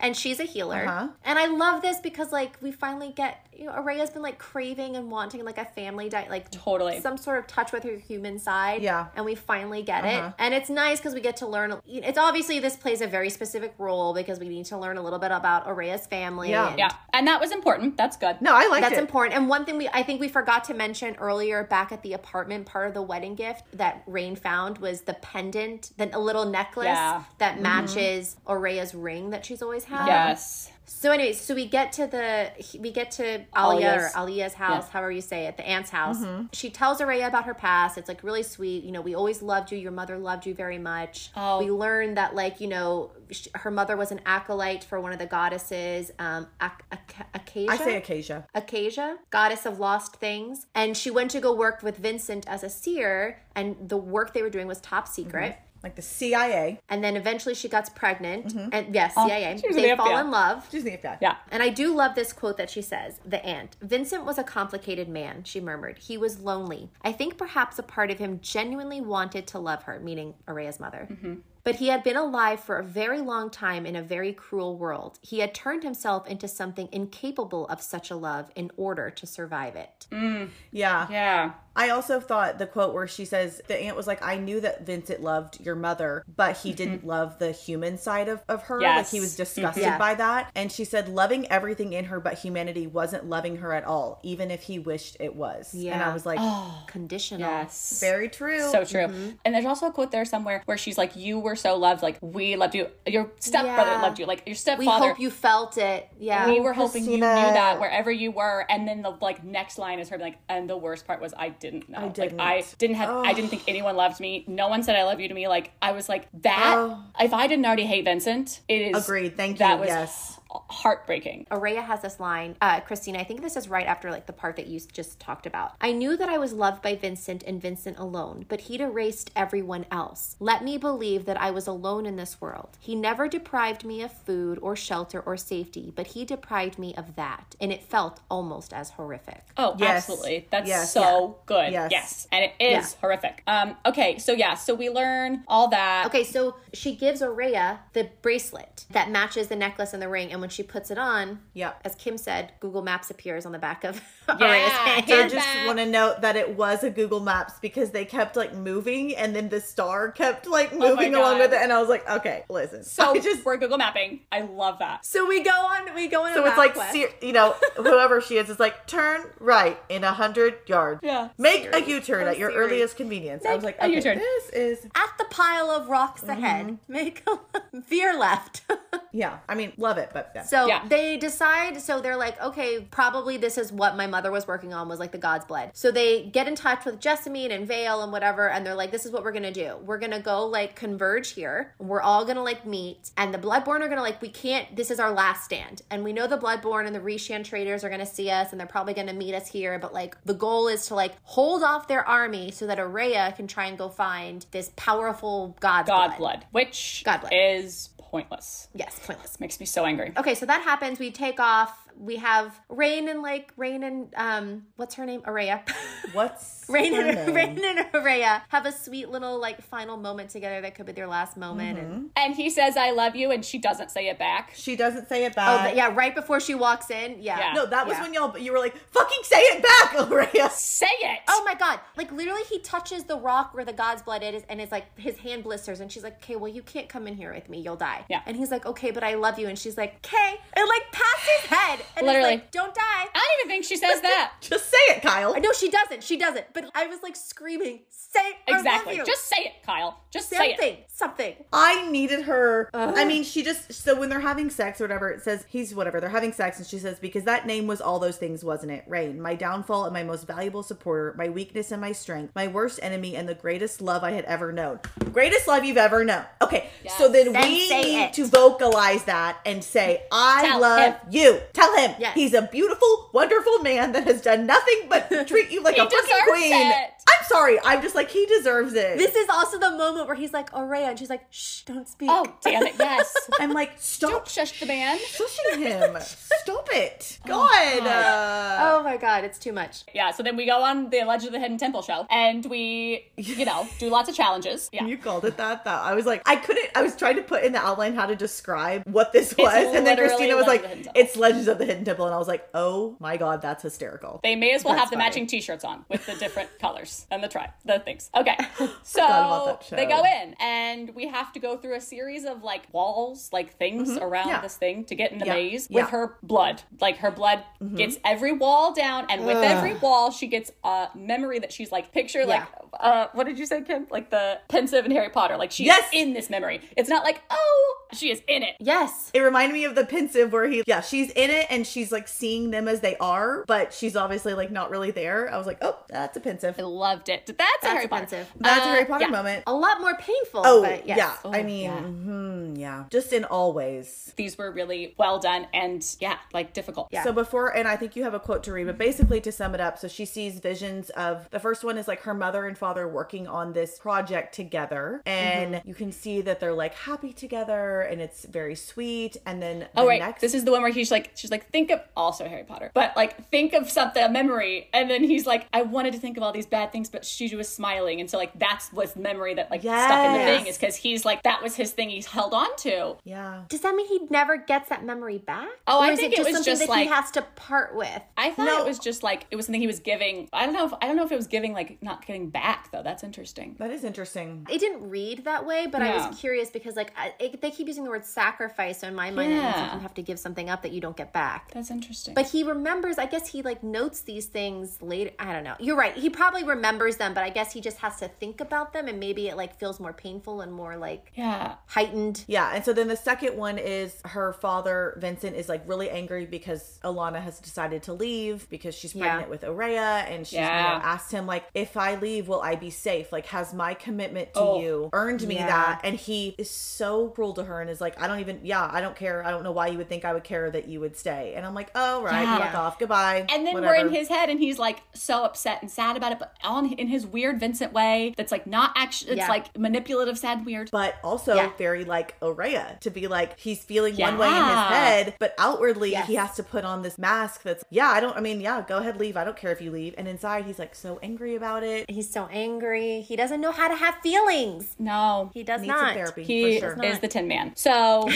and she's a healer.
Uh-huh.
And I love this because like we finally get you know, Araya's been like craving and wanting like a family di- like
Totally.
some sort of touch with her human side.
Yeah.
And we finally get
Uh-huh.
it. And it's nice because we get to learn it's obviously this plays a very specific role because we need to learn a little bit about Araya's family.
Yeah.
and
Yeah. And that was important. That's good.
No, I liked
That's
it.
important. And one thing we I think we forgot to mention earlier back at the apartment part of the wedding gift that Rain found was the pendant, the a little necklace
Yeah.
Mm-hmm.
that matches Araya's ring that she's always had.
Yes.
So, anyways, so we get to the we get to Alia
Alia's.
or Alia's house,
Yeah. Mm-hmm.
however you say it, the aunt's house. She tells Araya about her past. It's like really sweet. You know, we always loved you. Your mother loved you very much.
Oh.
We learn that like you know sh- her mother was an acolyte for one of the goddesses, um, Ac- Ac- Acacia.
I say Acacia.
Acacia, goddess of lost things, and she went to go work with Vincent as a seer, and the work they were doing was top secret.
Mm-hmm.
Like the CIA.
And then eventually she gets pregnant, and yes, CIA.
Mm-hmm. Oh, she was
They
an
fall
FBI.
in love.
She's the FBI.
Yeah.
And I do love this quote that she says, the aunt. Vincent was a complicated man, she murmured. He was lonely. I think perhaps a part of him genuinely wanted to love her, meaning Araya's mother.
Mm-hmm.
But he had been alive for a very long time in a very cruel world. He had turned himself into something incapable of such a love in order to survive it.
Mm.
Yeah.
Yeah.
I also thought the quote where she says the aunt was like, I knew that Vincent loved your mother, but he didn't love the human side of, of her. Like
Mm-hmm. Yes. Mm-hmm.
he was disgusted
Yeah.
by that. And she said loving everything in her but humanity wasn't loving her at all, even if he wished it was. And I
Yeah.
was like,
Conditional.
Yes.
very Mm-hmm. true.
Oh. So true. And there's also a quote there somewhere where she's like, "You were so loved. Like we loved you. Your stepbrother
Yeah.
loved you. Like your
We
stepfather."
hope you felt it. Yeah.
we were hoping you knew
Christina.
that wherever you were, and then the like next line is her being like, and the worst part was I didn't know.
didn't.
Like I didn't have, I didn't think anyone loved me. No one said I love you to me. Like I was like that. If I didn't already hate Vincent, it is
Oh. Agreed. Thank
That
you.
was
Yes.
heartbreaking.
Araya has this line, uh, Christina, I think this is right after like the part that you just talked about. I knew that I was loved by Vincent and Vincent alone, but he'd erased everyone else. Let me believe that I was alone in this world. He never deprived me of food or shelter or safety, but he deprived me of that, and it felt almost as horrific.
Oh,
Yes.
absolutely. That's
Yes.
so good.
Yes.
Yes. And it is
Yeah.
horrific. Um, okay, so yeah, so we learn all that.
Okay, so she gives Araya the bracelet that matches the necklace and the ring, and when she puts it on,
Yep.
as Kim said, Google Maps appears on the back of Araya's
Yeah.
hand.
I just want to note that it was a Google Maps because they kept like moving and then the star kept like moving along
Oh God.
with it. And I was like, okay, listen.
so
I just
we're Google mapping. I love that.
So we go on, we go on.
So
a
it's
map
like,
quest.
ser- you know, whoever she is, it's like, turn right in a hundred yards.
Yeah.
Make a U turn at your
Siri.
earliest convenience. I was like,
a
okay,
U-turn.
this is,
at the pile of rocks ahead. Make a veer left.
yeah. I mean, love it, but yeah.
so
Yeah.
they decide. So they're like, okay, probably this is what my mother was working on was like the God's blood. So they get in touch with Jessamine and Vale and whatever, and they're like, this is what we're gonna do. We're gonna go like converge here. We're all gonna like meet, and the Bloodborne are gonna like, we can't. This is our last stand, and we know the Bloodborne and the Reshan traders are gonna see us, and they're probably gonna meet us here. But like, the goal is to like hold off their army so that Araya can try and go find this powerful God's
God blood, which
God blood.
is pointless.
Yes, pointless.
Makes me so angry.
Okay, so that happens. We take off. We have Rain and like Rain and um, what's her name? Araya.
what's
Rain
her
and
name?
Rain and Araya have a sweet little like final moment together that could be their last moment. And
And he says, I love you, and she doesn't say it back.
She doesn't say it
oh,
back.
but yeah, right before she walks in, yeah.
Yeah.
No, that was
Yeah.
when y'all, you were like, fucking say it back, Aurea.
Say it!
Oh my god! Like literally, he touches the rock where the god's blood is, and it's like his hand blisters, and she's like, "Okay, well, you can't come in here with me; you'll die."
Yeah.
And he's like, "Okay, but I love you," and she's like, "Okay," and like passes his head. And Literally.
Literally.
Like, Don't die.
I don't even think she says that.
Just say it, Kyle.
No, she doesn't. She doesn't. But I was like screaming, say I
Exactly.
love you.
Just say it, Kyle. Just say it.
something. Something.
I needed her. I mean, she just so when they're having sex or whatever, it says he's whatever they're having sex, and she says because that name was all those things, wasn't it? Rain, my downfall and my most valuable supporter, my weakness and my strength, my worst enemy and the greatest love I had ever known, greatest love you've ever known. Okay, so then,
Then
we
say
need
it.
to vocalize that and say, I
Tell
love
him.
you. Tell him
Yes.
he's a beautiful, wonderful man that has done nothing but treat you like
He
a fucking
deserves
queen.
it.
I'm sorry, I'm just like he deserves it.
This is also the moment where he's like, "Oh, Raya," and she's like, "Shh, don't speak."
Oh, damn it. Yes.
I'm like, stop
Don't shush the man.
shushing him. Stop it.
Oh,
God. Uh,
Oh my god, it's too much.
Yeah, so then we go on the Legend of the Hidden Temple show and we, you know, do lots of challenges. Yeah.
You called it that, though. I was like, I couldn't. I was trying to put in the outline how to describe what this was, and then
literally
Christina was
Legends
like,
of the Hidden Temple.
"It's Legends of the Hidden Temple," and I was like, "Oh my god, that's hysterical."
They may as well have
That's
the
funny.
matching T-shirts on with the different colors and the tri the things. Okay, so
about that
they
show.
go in and we have to go through a series of like walls, like things around
Mm-hmm. Yeah.
this thing to get in the
Yeah.
maze
Yeah. Mm-hmm.
with her blood. Like her blood gets every wall down, and with every wall she gets a memory that she's like picture like uh, what did you say, Kim? Like the pensive in Harry Potter. Like she's
Yes.
in this memory. It's not like oh she is in it.
Yes.
It reminded me of the pensive where he, yeah, she's in it and she's like seeing them as they are, but she's obviously like not really there. I was like, oh, that's a pensive.
I loved it. That's, a Harry Potter.
offensive.
That's a
Uh,
Harry Potter
yeah.
moment.
A lot more painful.
Oh,
but yes.
yeah. I
Oh,
mean,
yeah.
hmm, yeah. Just in all ways.
These were really well done and yeah, like difficult.
Yeah.
So before, and I think you have a quote to read, but basically to sum it up, so she sees visions of the first one is like her mother and father working on this project together, and
Mm-hmm.
you can see that they're like happy together, and it's very sweet. And then the
Oh right,
next,
this is the one where he's like, she's like, think of also Harry Potter, but like think of something, a memory, and then he's like, I wanted to think of all these bad things, but she was smiling, and so like that's was the memory that like stuck in the
Yes.
thing is because he's like that was his thing he's held on to.
yeah,
Does that mean he never gets that memory back?
Oh, I
is
think it was
something
just
that he
like-
has to part with.
I thought
No.
it was just like it was something he was giving. I don't know if I don't know if it was giving like not giving back though. That's interesting.
that is interesting.
It didn't read that way, but I
Yeah.
was curious because like I, it, they keep using the word sacrifice, so in my mind, I think
Yeah.
you have to give something up that you don't get back.
That's interesting.
But he remembers. I guess he like notes these things later. I don't know. You're right. He probably remembers them, but I guess he just has to think about them, and maybe it like feels more painful and more like
yeah,
heightened.
Yeah, and so then the second one is her father, Vincent, is like really angry because Alana has decided to leave because she's
Yeah.
pregnant with Aurea, and she's you know,
Yeah.
asked him like, "If I leave, will I be safe? Like, has my commitment to
Oh.
you earned me
Yeah.
that?" And he is so cruel to her and is like, "I don't even. Yeah, I don't care. I don't know why you would think I would care that you would stay." And I'm like, "Oh right,
Yeah.
fuck off, goodbye."
And then we're
whatever."
in his head, and he's like so upset and sad about it, but on in his weird Vincent way. That's like not actually. It's
Yeah.
like manipulative, sad, weird.
But also
Yeah.
very like Aurea to be like he's feeling one
Yeah.
way in his head, but outwardly
Yes.
he has to put on this mask that's yeah I don't I mean yeah go ahead leave I don't care if you leave and inside he's like so angry about it.
He's so angry. He doesn't know how to have feelings.
No,
He does
Needs
not.
some therapy
he
for sure.
is the Tin Man. So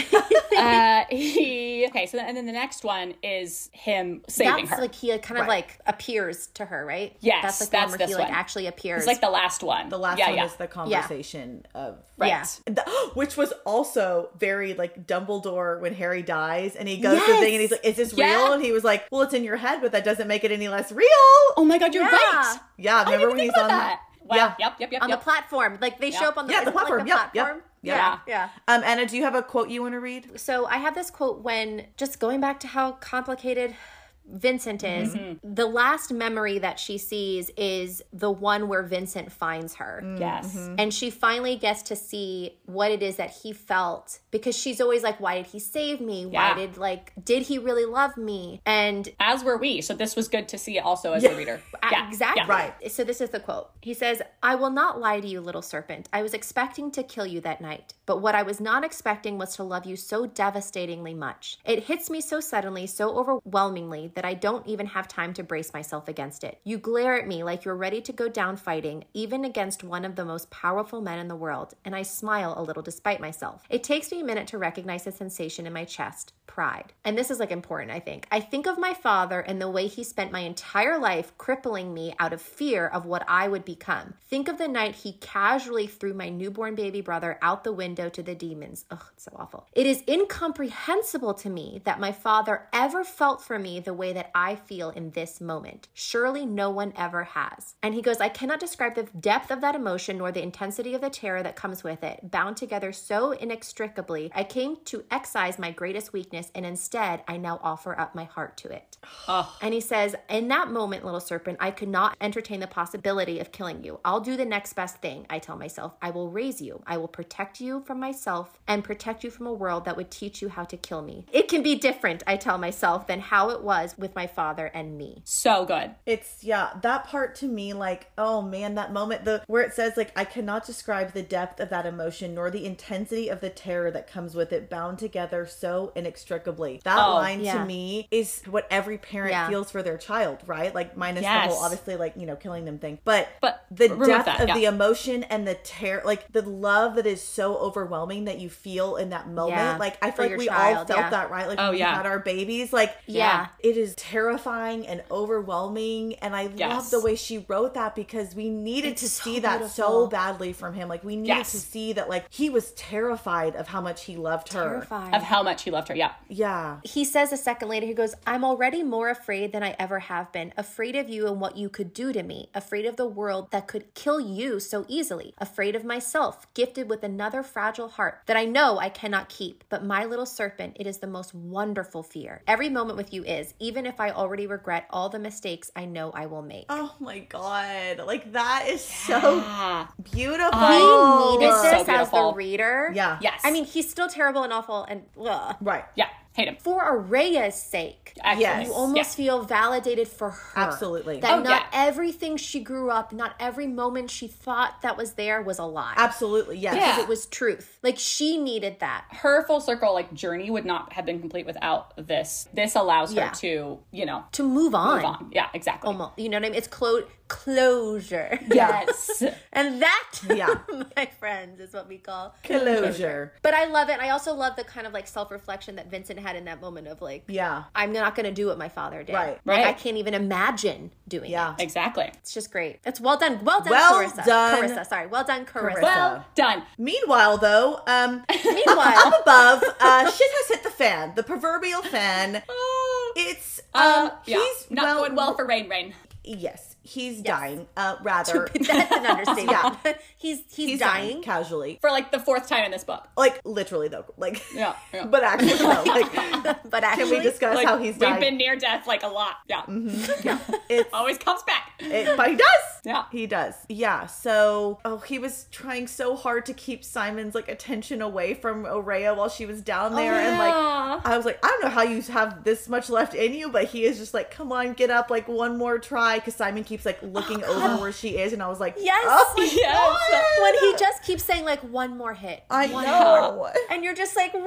uh, he okay. So then, and then the next one is him saving
That's
her.
like he kind of like appears to her, right?
Yes,
that's like the
that's
one where
this
he like
one.
actually appears.
it's like the last one.
The last
yeah,
one
yeah.
is the conversation of
right.
The- which was also very like Dumbledore when Harry dies and he goes to the thing and he's like, Is this
Yes.
real? And he was like, Well, it's in your head, but that doesn't make it any less real.
Oh my God, you're
Yeah.
right.
Yeah,
I didn't
remember
even
when he's
think
on
about that. Wow.
Yeah.
Yep. Yep. Yep.
on
yep.
the platform. Like they show up on the,
Yeah, the
isn't it, like,
platform. Yep, yep,
platform?
yep.
yeah.
Um, Anna, do you have a quote you want to read?
So I have this quote when just going back to how complicated Vincent is, the last memory that she sees is the one where Vincent finds her.
yes.
And she finally gets to see what it is that he felt because she's always like, why did he save me?
Yeah.
Why did, like, did he really love me? And
As were we. So this was good to see also as a reader. Yeah.
Exactly.
Yeah.
Right.
So this is the quote. He says, I will not lie to you, little serpent. I was expecting to kill you that night, but what I was not expecting was to love you so devastatingly much. It hits me so suddenly, so overwhelmingly, that that I don't even have time to brace myself against it. You glare at me like you're ready to go down fighting, even against one of the most powerful men in the world, and I smile a little despite myself. It takes me a minute to recognize the sensation in my chest pride. And this is like important, I think. I think of my father and the way he spent my entire life crippling me out of fear of what I would become. Think of the night he casually threw my newborn baby brother out the window to the demons. Ugh, it's so awful. It is incomprehensible to me that my father ever felt for me the way that I feel in this moment. Surely no one ever has. And he goes, I cannot describe the depth of that emotion nor the intensity of the terror that comes with it. Bound together so inextricably, I came to excise my greatest weakness and instead I now offer up my heart to it. And he says, In that moment, little serpent, I could not entertain the possibility of killing you. I'll do the next best thing, I tell myself. I will raise you. I will protect you from myself and protect you from a world that would teach you how to kill me. It can be different, I tell myself, than how it was with my father and me.
So good.
It's yeah, that part to me like, oh man, that moment the where it says like I cannot describe the depth of that emotion nor the intensity of the terror that comes with it bound together so inextricably. That
Oh,
line
yeah.
to me is what every parent
Yeah.
feels for their child, right? Like minus
Yes.
the whole obviously like, you know, killing them thing. But
But
the
remove
depth
that,
of
yeah.
the emotion and the terror like the love that is so overwhelming that you feel in that moment.
Yeah.
Like I
For
feel like
your
we all
child,
felt
yeah.
that, right? Like
Oh,
when we
yeah.
had our babies. Like
Yeah.
it is terrifying and overwhelming and i love
Yes.
the way she wrote that because we needed to
It's
see
so
that so
beautiful.
badly from him like we needed
Yes.
to see that like he was terrified of how much he loved her
Terrified.
Of how much he loved her. Yeah.
yeah
he says a second later, he goes, I'm already more afraid than I ever have been. Afraid of you and what you could do to me. Afraid of the world that could kill you so easily. Afraid of myself, gifted with another fragile heart that I know I cannot keep. But my little serpent, it is the most wonderful fear. Every moment with you is, even if I already regret all the mistakes I know I will make.
oh my god like that is so
Ah.
beautiful
we needed
it's so
this as the
beautiful.
reader.
Oh. yeah
Yes.
I mean, he's still terrible and awful and ugh.
right
yeah. Hate him.
For Araya's sake.
Actually.
Yes.
You almost feel validated for her.
Absolutely.
That
Oh,
not
yeah.
everything she grew up, not every moment she thought that was there was a lie.
absolutely yes
Yeah.
It was truth. Like she needed that.
her full circle like journey would not have been complete without this. This allows her
Yeah.
to, you know,
To move on.
move on. Yeah, exactly.
Oh
Almost. You know what I mean? It's clo- closure.
yes.
and that,
Yeah.
my friends, is what we call
closure
But I love it. I also love the kind of like self reflection that Vincent had in that moment of like,
yeah
I'm not going to do what my father did.
Right.
Like,
Right.
I can't even imagine doing
yeah
it.
exactly.
It's just great. It's well done. Well done,
Well
Carissa.
done.
Carissa, sorry. Well done, Carissa.
Carissa.
Well done.
Meanwhile, though, um,
Meanwhile,
up above, uh, shit has hit the fan. The proverbial fan. It's um,
Uh, yeah.
he's
not
well,
going well for Rain Rain.
Yes, he's dying. Uh, rather,
That's an understatement.
Yeah.
he's, he's
he's dying.
dying.
casually.
For like the fourth time in this book.
Like literally though, like
Yeah, yeah.
but actually though, like
But actually,
can we discuss
Like,
how he's Mm-hmm.
we've
dying?
been near death like a lot. Yeah.
It's-
Always comes back.
it, but he does.
Yeah.
he does. Yeah. So, oh, he was trying so hard to keep Simon's like attention away from Aurea while she was
Oh,
down there, and like I was like, I don't know how you have this much left in you, but he is just like, come on, get up, like one more try, because Simon keeps like looking over where she is, and I was like,
Yes.
oh,
yes.
when he just keeps saying like one more hit,
I
one
know.
and you're just like Rain,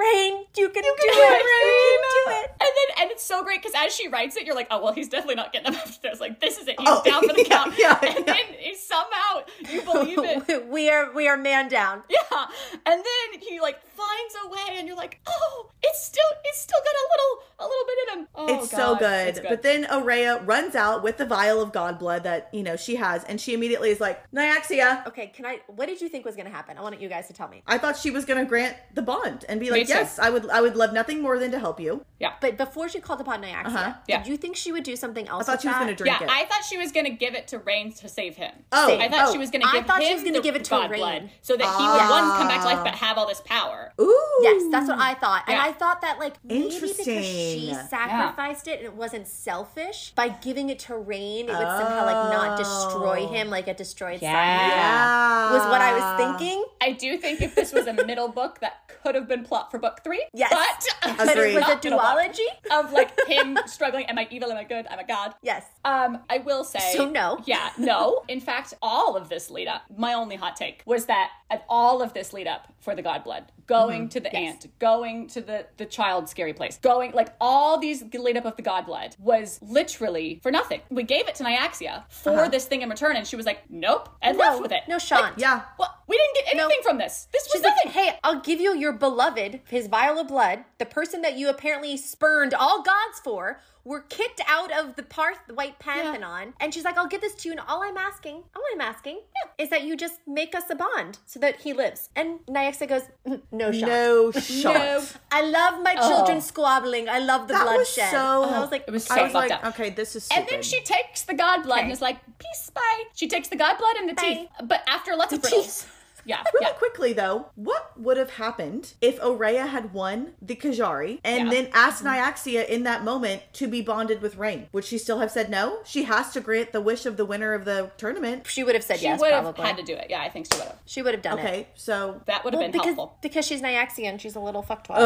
you can, do,
do
it, you
it,
can do
Rain."
it.
And then, and it's so great because as she writes it, you're like, oh well, he's definitely not getting up upstairs. Like this is it. He's
Oh,
down for the
yeah,
count.
yeah,
and
yeah.
then it- somehow you believe it.
we are we are man down.
Yeah. And then he like finds a way, and you're like, oh, it's still it's still got a little a little bit in him. Oh,
it's so
God,
good.
it's
But then Aurea runs out with the vial of god blood that, you know, she has, and she immediately is like, Nyaxia.
Okay, can I? What did you think was going to happen? I want you guys to tell me.
I thought she was gonna grant the bond and be like,
too.
Yes, I would I would love nothing more than to help you.
But before she called upon Nyaxia,
Yeah.
did you think she would do something
Uh-huh. I
else?
thought
with
she was
that?
gonna
yeah,
drink it.
I thought she was gonna give it to Rain to save him.
Oh,
I thought
oh.
she was gonna
I
give
thought
him
she was gonna
the
give it to
god
Rain.
blood so that he would one come back to life but have all this power.
Ooh.
Yes, that's what I thought. And
Yeah.
I thought that like maybe because she
Interesting.
sacrificed it and it wasn't selfish by giving it to Rain, it would somehow like not
Oh.
destroy him like it destroyed Simon.
Yeah.
Was what I was thinking.
I do think if this was a middle book, that could have been plot for book three.
Yes.
But,
But it
Agreed.
was a
Middle book.
duology.
of like him struggling, am I evil, am I good, am I god?
Yes.
Um, I will say.
So no.
Yeah, no. In fact, all of this lead up, my only hot take was that at all of this lead up for the God Blood, going
Mm-hmm.
to the aunt, going to the the child scary place, going like all these lead up of the god blood was literally for nothing. We gave it to Nyaxia for this thing in return, and she was like, "Nope," and left with it.
Uh-huh. No, Sean.
Yeah.
Well, we didn't get anything from this. This was
She's
nothing.
like, hey, I'll give you your beloved, his vial of blood, the person that you apparently spurned all gods for, were kicked out of the Parth White Pantheon. And she's like, I'll give this to you, and all I'm asking, all I'm asking is that you just make us a bond so that he lives. And Nyaxa goes, "Mm, no shot.
No shot.
I love my children squabbling. I love the
That was
bloodshed.
so-
And I was like,
It was Oh. so
I was
fucked
like,
up.
okay, this is.
And
stupid.
then she takes the god blood and is like, peace, bye. She takes the god blood and the teeth, but after lots of riddles. Yeah, yeah.
Really quickly though, what would have happened if Orea had won the Kajari and
Yeah.
then asked Nyaxia in that moment to be bonded with Rain? Would she still have said no? She has to grant the wish of the winner of the tournament.
she would have said
She
yes,
would have
probably.
had to do it. Yeah, I think she would have.
she would have done it.
Okay, so
That would have been
Because,
helpful.
because she's Nyaxian, and she's a little fucktwat.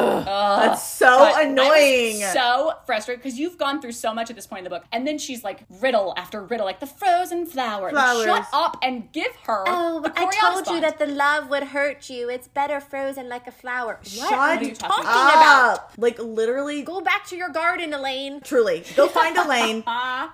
that's so
But I was
Oh, annoying.
So frustrated because you've gone through so much at this point in the book, and then she's like riddle after riddle, like the frozen flower. And
Flowers.
Shut up and give her.
Oh,
the
I told
Coriolis
you
bond.
that the love would hurt you. It's better frozen like a flower. What
Shut
are you
up.
talking about?
Up. Like literally,
Go back to your garden, Elaine.
truly, go find Elaine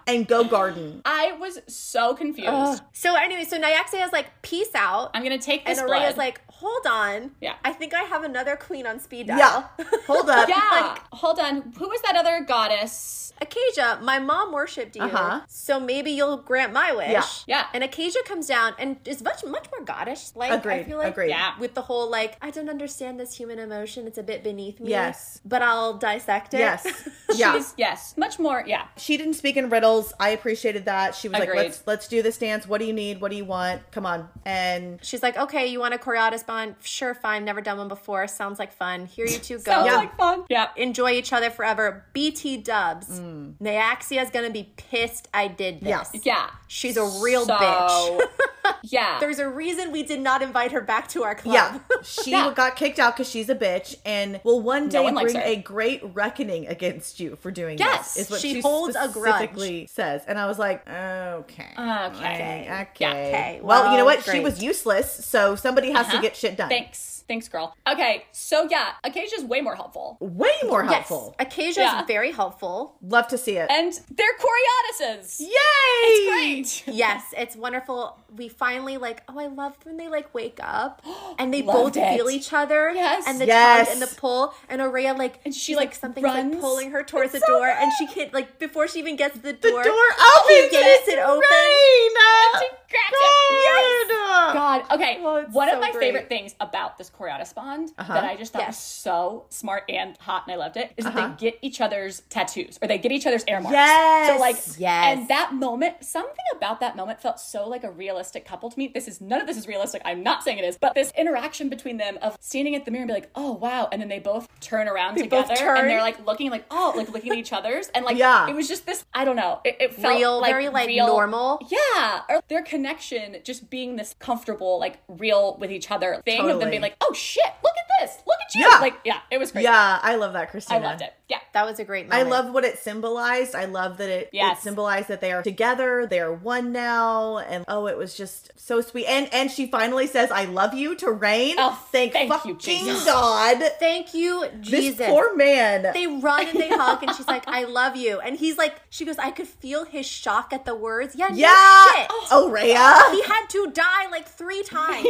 and go garden.
I was so confused.
So anyway, so Nyaxia is like, peace out.
I'm gonna take
and
this
Aurea's
blood.
like, hold on.
Yeah.
I think I have another queen on speed dial.
Yeah, hold up.
yeah. Hold on. Who was that other goddess?
Acacia, my mom worshipped you,
Uh-huh.
so maybe you'll grant my wish.
Yeah.
Yeah.
And Acacia comes down and is much much more goddess like. I
Agreed,
feel like
agreed.
Yeah.
with the whole like I don't understand this human emotion. It's a bit beneath me.
Yes.
But I'll dissect it.
Yes. Yeah.
She's yes, much more. Yeah.
she didn't speak in riddles. I appreciated that. She was
Agreed.
like, "Let's let's do this dance. What do you need? What do you want? Come on." And
She's like, okay, you want a Coriolis bond? Sure, fine. Never done one before. Sounds like fun. Here you two go.
Sounds like fun. Yeah.
Enjoy each other forever. BT dubs.
Mm.
Nyaxia's gonna be pissed I did this.
Yeah.
Yeah.
She's a real
so,
bitch.
yeah.
There's a reason we did not invite her back to our club.
Yeah, she
Yeah.
got kicked out because she's a bitch, and will one day
one likes
bring
her.
a great reckoning against you for doing
Yes,
this. Is what
she
she,
holds a grudge.
specifically says, and I was like, okay,
Okay.
okay,
Yeah.
Okay,
Well, you know
well,
what? She was
great.
useless, so somebody has to get shit done.
Thanks. Thanks, girl. Okay. So yeah, Acacia's way more helpful.
Way more
Yes.
helpful.
Acacia's
Yeah.
very helpful.
Love to see it.
And they're Coriodises.
Yay!
It's great.
Yes, it's wonderful. We finally like, oh, I love when they like wake up and they
Loved
both
it.
feel each other.
Yes.
And the
Yes.
tug and the pull. And Aurea like
And she,
she's
like,
something's like
runs.
pulling her towards the door and she can like before she even gets to the
The
door,
door
Oh,
opens.
yanks
it's
it open.
Raina.
she grabs it.
God.
Oh. God. Okay.
Oh, it's
One
so
of my
great.
favorite things about this Coriolis bond that I just
Uh-huh.
thought was
Yes. Uh-huh.
so smart and hot, and I loved it, is that they get each other's tattoos or they get each other's earmarks. So
Yes.
like,
Yes.
And that moment, something about that moment felt so like a realistic couple to me. This is none of this is realistic. I'm not saying it is, but this interaction between them of standing at the mirror and be like, oh wow, and then they both turn around
both
together
turn.
and they're like looking like oh like looking at each other's and like
Yeah.
it was just this I don't know it, it felt
Real,
like,
very, like,
real-
normal.
yeah, or their connection just being this comfortable, like real with each other thing of them
Totally.
being like, oh shit, look at this, look at you,
Yeah.
like yeah, it was great.
Yeah, I love that, Christina.
I loved it. Yeah,
That was a great
I
moment.
love what it symbolized. I love that it,
Yes.
it symbolized that they are together, they are one now, and oh, it was just so sweet. And and she finally says, "I love you" to Rain.
Oh, thank you,
fucking
Jesus.
God!
Thank you, Jesus.
This poor man.
they run and they hug and she's like, I love you. And he's like, she goes, I could feel his shock at the words. Yeah,
yeah,
no shit.
oh Rhea.
He had to die like three times.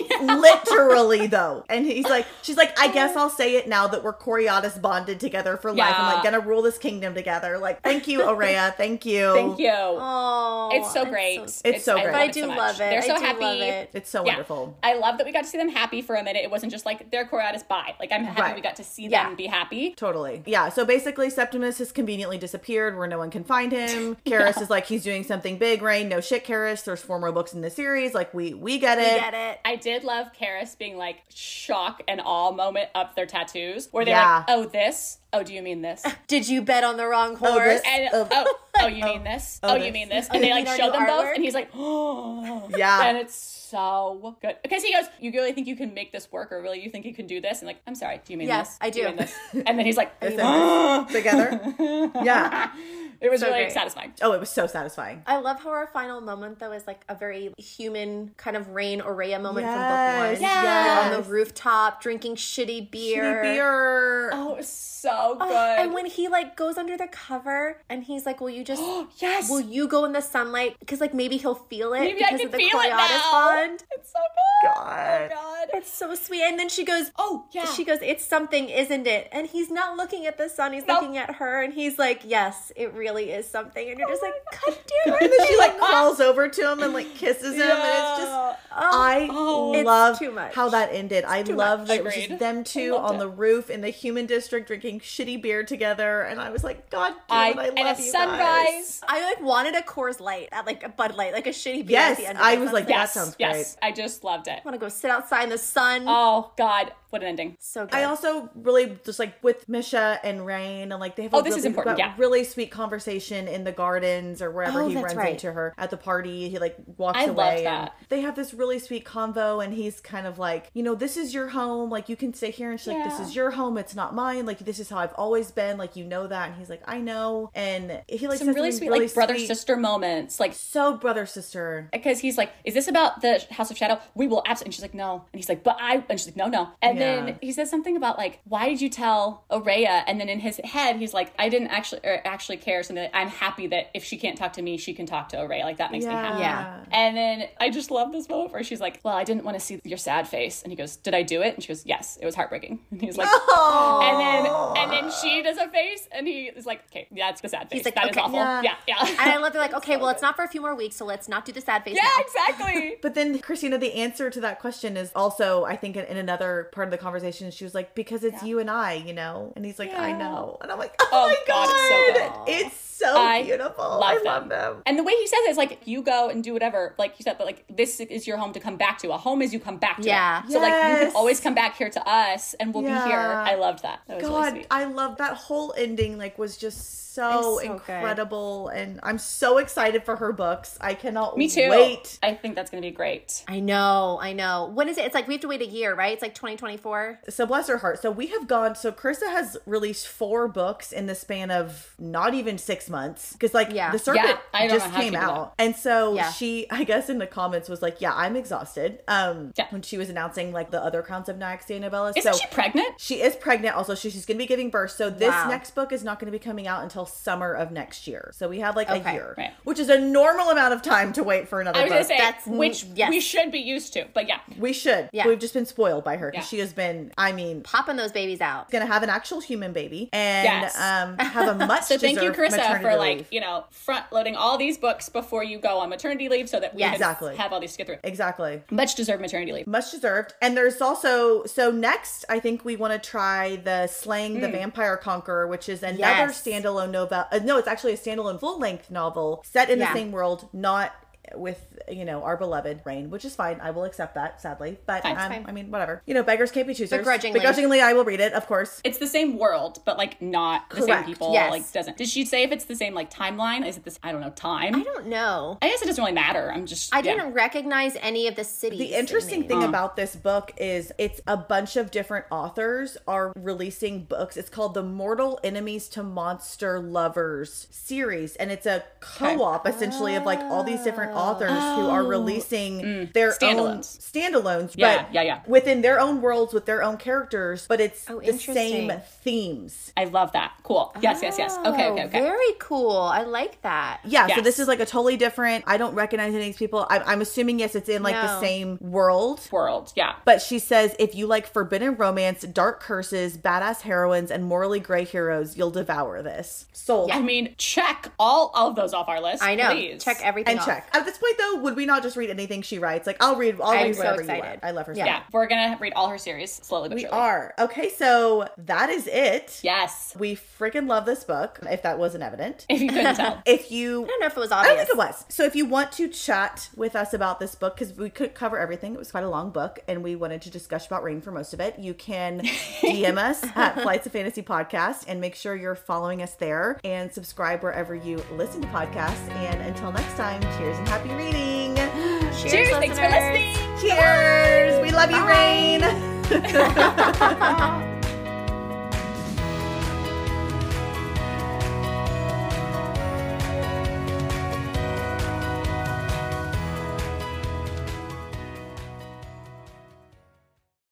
Literally though, and he's like, she's like, I guess I'll say it now that we're Coriolis bonded together for life. I'm
Yeah.
like gonna rule this kingdom together. Like, thank you, Aurea. Thank you.
thank you.
Oh,
it's so
I'm
great.
It's so great.
love
But I
it so
do
much.
love it.
They're so
I do
happy.
love it.
It's so
Yeah.
wonderful.
I love that we got to see them happy for a minute. It wasn't just like they're Coriolis by. Like I'm happy
Right.
we got to see
Yeah.
them be happy.
Totally. Yeah. So basically, Septimus has conveniently disappeared where no one can find him. Karis is like, he's doing something big, Rain. No shit, Karis. There's four more books in the series. Like, we we get it.
I get it.
I did love Karis being like shock and awe moment of their tattoos, where they're
Yeah.
like, "Oh, this? Oh, do you mean this?
Did you bet on the wrong horse?
this-
And
Oh.
oh, oh, you mean this? Oh, you
this.
mean this? And they
you
like
mean our
showed
new
them both,
artwork?
and he's like, oh,
Yeah.
and it's so good because he goes, you really think you can make this work, or really you think you can do this? And like, I'm sorry, do you mean
Yes,
this?
I
you
do.
mean this? And then he's like,
Together. yeah.
It was
So
really
great.
satisfying.
Oh, it was so satisfying.
I love how our final moment though is like a very human kind of rain Aurea moment from book
Yes,
one.
yes.
On the rooftop, drinking shitty beer.
Beer.
Oh, it was so good.
Oh, and when he like goes under the cover and he's like, "Will you just?
yes.
will you go in the sunlight? Because like maybe he'll feel it
Maybe
because
I can
of the
feel it
Coriolis
now.
bond."
It's so good.
God.
Oh, God.
It's so sweet. And then she goes,
Oh, yeah.
She goes, It's something, isn't it? And he's not looking at the sun, he's
Nope.
looking at her, and he's like, Yes, it really is something.
Oh
And you're just like, God damn
And
it.
then she like crawls over to him and like kisses him, and it's just I
Oh,
It's
love
too much.
how that ended. I love that it was just
Agreed.
them two
loved
on
it.
the roof in the human district drinking shitty beer together, and I was like, God
I,
damn it, I, love
and a
you guys.
sunrise.
I like wanted a Coors Light, uh, like a Bud Light, like a shitty beer at
Yes,
the end. Of
I
it.
was like,
I
that
Yes.
sounds great.
yes. I just loved it.
want to go sit outside in the sun.
Oh, God. What an ending.
so good.
I also really just like with Misha and Rain and like they have a
Oh, this
really,
is important,
got
yeah.
really sweet conversation in the gardens or wherever
Oh,
he
that's
runs
right.
into her at the party. He like walks
I
away.
love
and
that.
they have this really sweet convo and he's kind of like, you know, this is your home. Like you can stay here and she's like, this
Yeah.
is your home. It's not mine. Like this is how I've always been. Like you know that. And he's like, I know. And he like
Some
says
really
something
sweet, like brother
sweet-
sister moments. Like,
So brother sister.
because he's like, "Is this about the House of Shadow?" We will absolutely. And she's like, "No." And he's like, "But I." And she's like, "No, no." And
Yeah.
then he says something about like, "Why did you tell Araya?" And then in his head, he's like, "I didn't actually or actually care." Something like, "I'm happy that if she can't talk to me, she can talk to Araya." Like that makes me happy.
Yeah.
And then I just love this moment where she's like, "Well, I didn't want to see your sad face," and he goes, "Did I do it?" And she goes, "Yes, it was heartbreaking." And he's like, and then and then she does her face, and he is like, "Okay, that's the sad face.
like,
That is
"Okay,
awful.
yeah."
Yeah, yeah."
and I love it. Like, okay, well, it's not for a few more weeks, so let's not do the sad face.
yeah,
now.
exactly.
But then, Christina, the answer to that question is also, I think, in, in another part of the conversation, she was like, because it's you and I, you know? And he's like, I
Yeah.
know. And I'm like, oh,
Oh,
my
God, it's so
God.
good.
It's so, beautiful. I love them.
And the way he says it is like, you go and do whatever, like you said, but like, this is your home to come back to. A home is you come back to.
Yeah.
So, like, you
Yes.
can always come back here to us and we'll
Yeah.
be here. I loved that. That was really
God,
sweet.
I love that whole ending. Like, was just so,
It's so good.
incredible, and I'm so excited for her books. I cannot
Me too.
wait.
I think that's going to be great.
I know, I know. When is it? It's like we have to wait a year, right? It's like 2024.
So bless her heart. So we have gone. So Krista has released four books in the span of not even six months because like
Yeah.
the serpent
Yeah, I don't
just
know how she
came
did that.
out, and so
Yeah.
she, I guess, in the comments was like, "Yeah, I'm exhausted." Um,
Yeah.
when she was announcing like the other crowns of Nyxia Novella.
Isn't
so
she pregnant?
she is pregnant. Also, she, she's going to be giving birth. So this
Wow.
next book is not going to be coming out until summer of next year. So we have like a
Okay,
year,
right.
which is a normal amount of time to wait for another.
I was
book.
going to say,
that's-
which
yes.
we should be used to. But yeah,
we should.
Yeah.
We've just been spoiled by her because
Yeah.
she has been. I mean,
Popping those babies out.
gonna have an actual human baby and
Yes.
um have a much
So thank you,
deserved
Carissa, for
maternity
like
leave.
you know front loading all these books before you go on maternity leave, so that we
Yes.
can
Exactly.
have all these to get through.
exactly
Much deserved maternity leave.
much deserved and there's also so next i think we want to try the slaying
Mm.
the vampire conqueror which is another
Yes.
standalone novel uh, no it's actually a standalone full-length novel set in
Yeah.
the same world not with you know our beloved rain which is fine i will accept that sadly but um,
fine.
i mean whatever you know beggars can't be choosers
Begrudgingly.
begrudgingly i will read it of course
It's the same world, but like not the
Correct.
same people.
Yes.
Like doesn't. Did she say if it's the same like timeline? Is it this? I don't know. Time.
I don't know.
I guess it doesn't really matter. I'm just.
I
yeah.
didn't recognize any of the cities.
The interesting
in
thing about this book is it's a bunch of different authors are releasing books. It's called the Mortal Enemies to Monster Lovers series, and it's a co-op essentially of like all these different authors who are releasing their own
Oh. Mm. Standalones.
standalones,
Yeah,
but
yeah, yeah.
within their own worlds with their own characters, but it's
Oh,
the same
interesting.
themes.
I love that. Cool. Yes, yes, yes. Okay, okay,
Oh,
okay.
Very cool. I like that.
Yeah, so
Yes.
this is like a totally different. I don't recognize any of these people. I'm, I'm assuming yes, it's in like the
No.
same world.
World. Yeah.
But she says if you like forbidden romance, dark curses, badass heroines, and morally gray heroes, you'll devour this. Sold.
I mean, check all of those off our list.
I know.
Please.
Check everything.
And
off.
check. At this point, though, would we not just read anything she writes? Like, I'll read. I'll
I'm
read
so
whatever you
excited.
want. I love her. so
Yeah.
Yeah,
much.
we're gonna read all her series slowly but
we
surely.
are okay. So that is it.
Yes.
we freaking love this book. If that wasn't evident,
If you couldn't tell.
if you.
I don't know if it was
I
obvious.
don't think it was. So, if you want to chat with us about this book, because we couldn't cover everything, it was quite a long book, and we wanted to discuss about Rain for most of it, you can DM us at Flights of Fantasy Podcast and make sure you're following us there and subscribe wherever you listen to podcasts. And until next time, cheers and happy reading.
Cheers,
Cheers. Thanks for
listeners.
listening.
Cheers. We love you, Rain.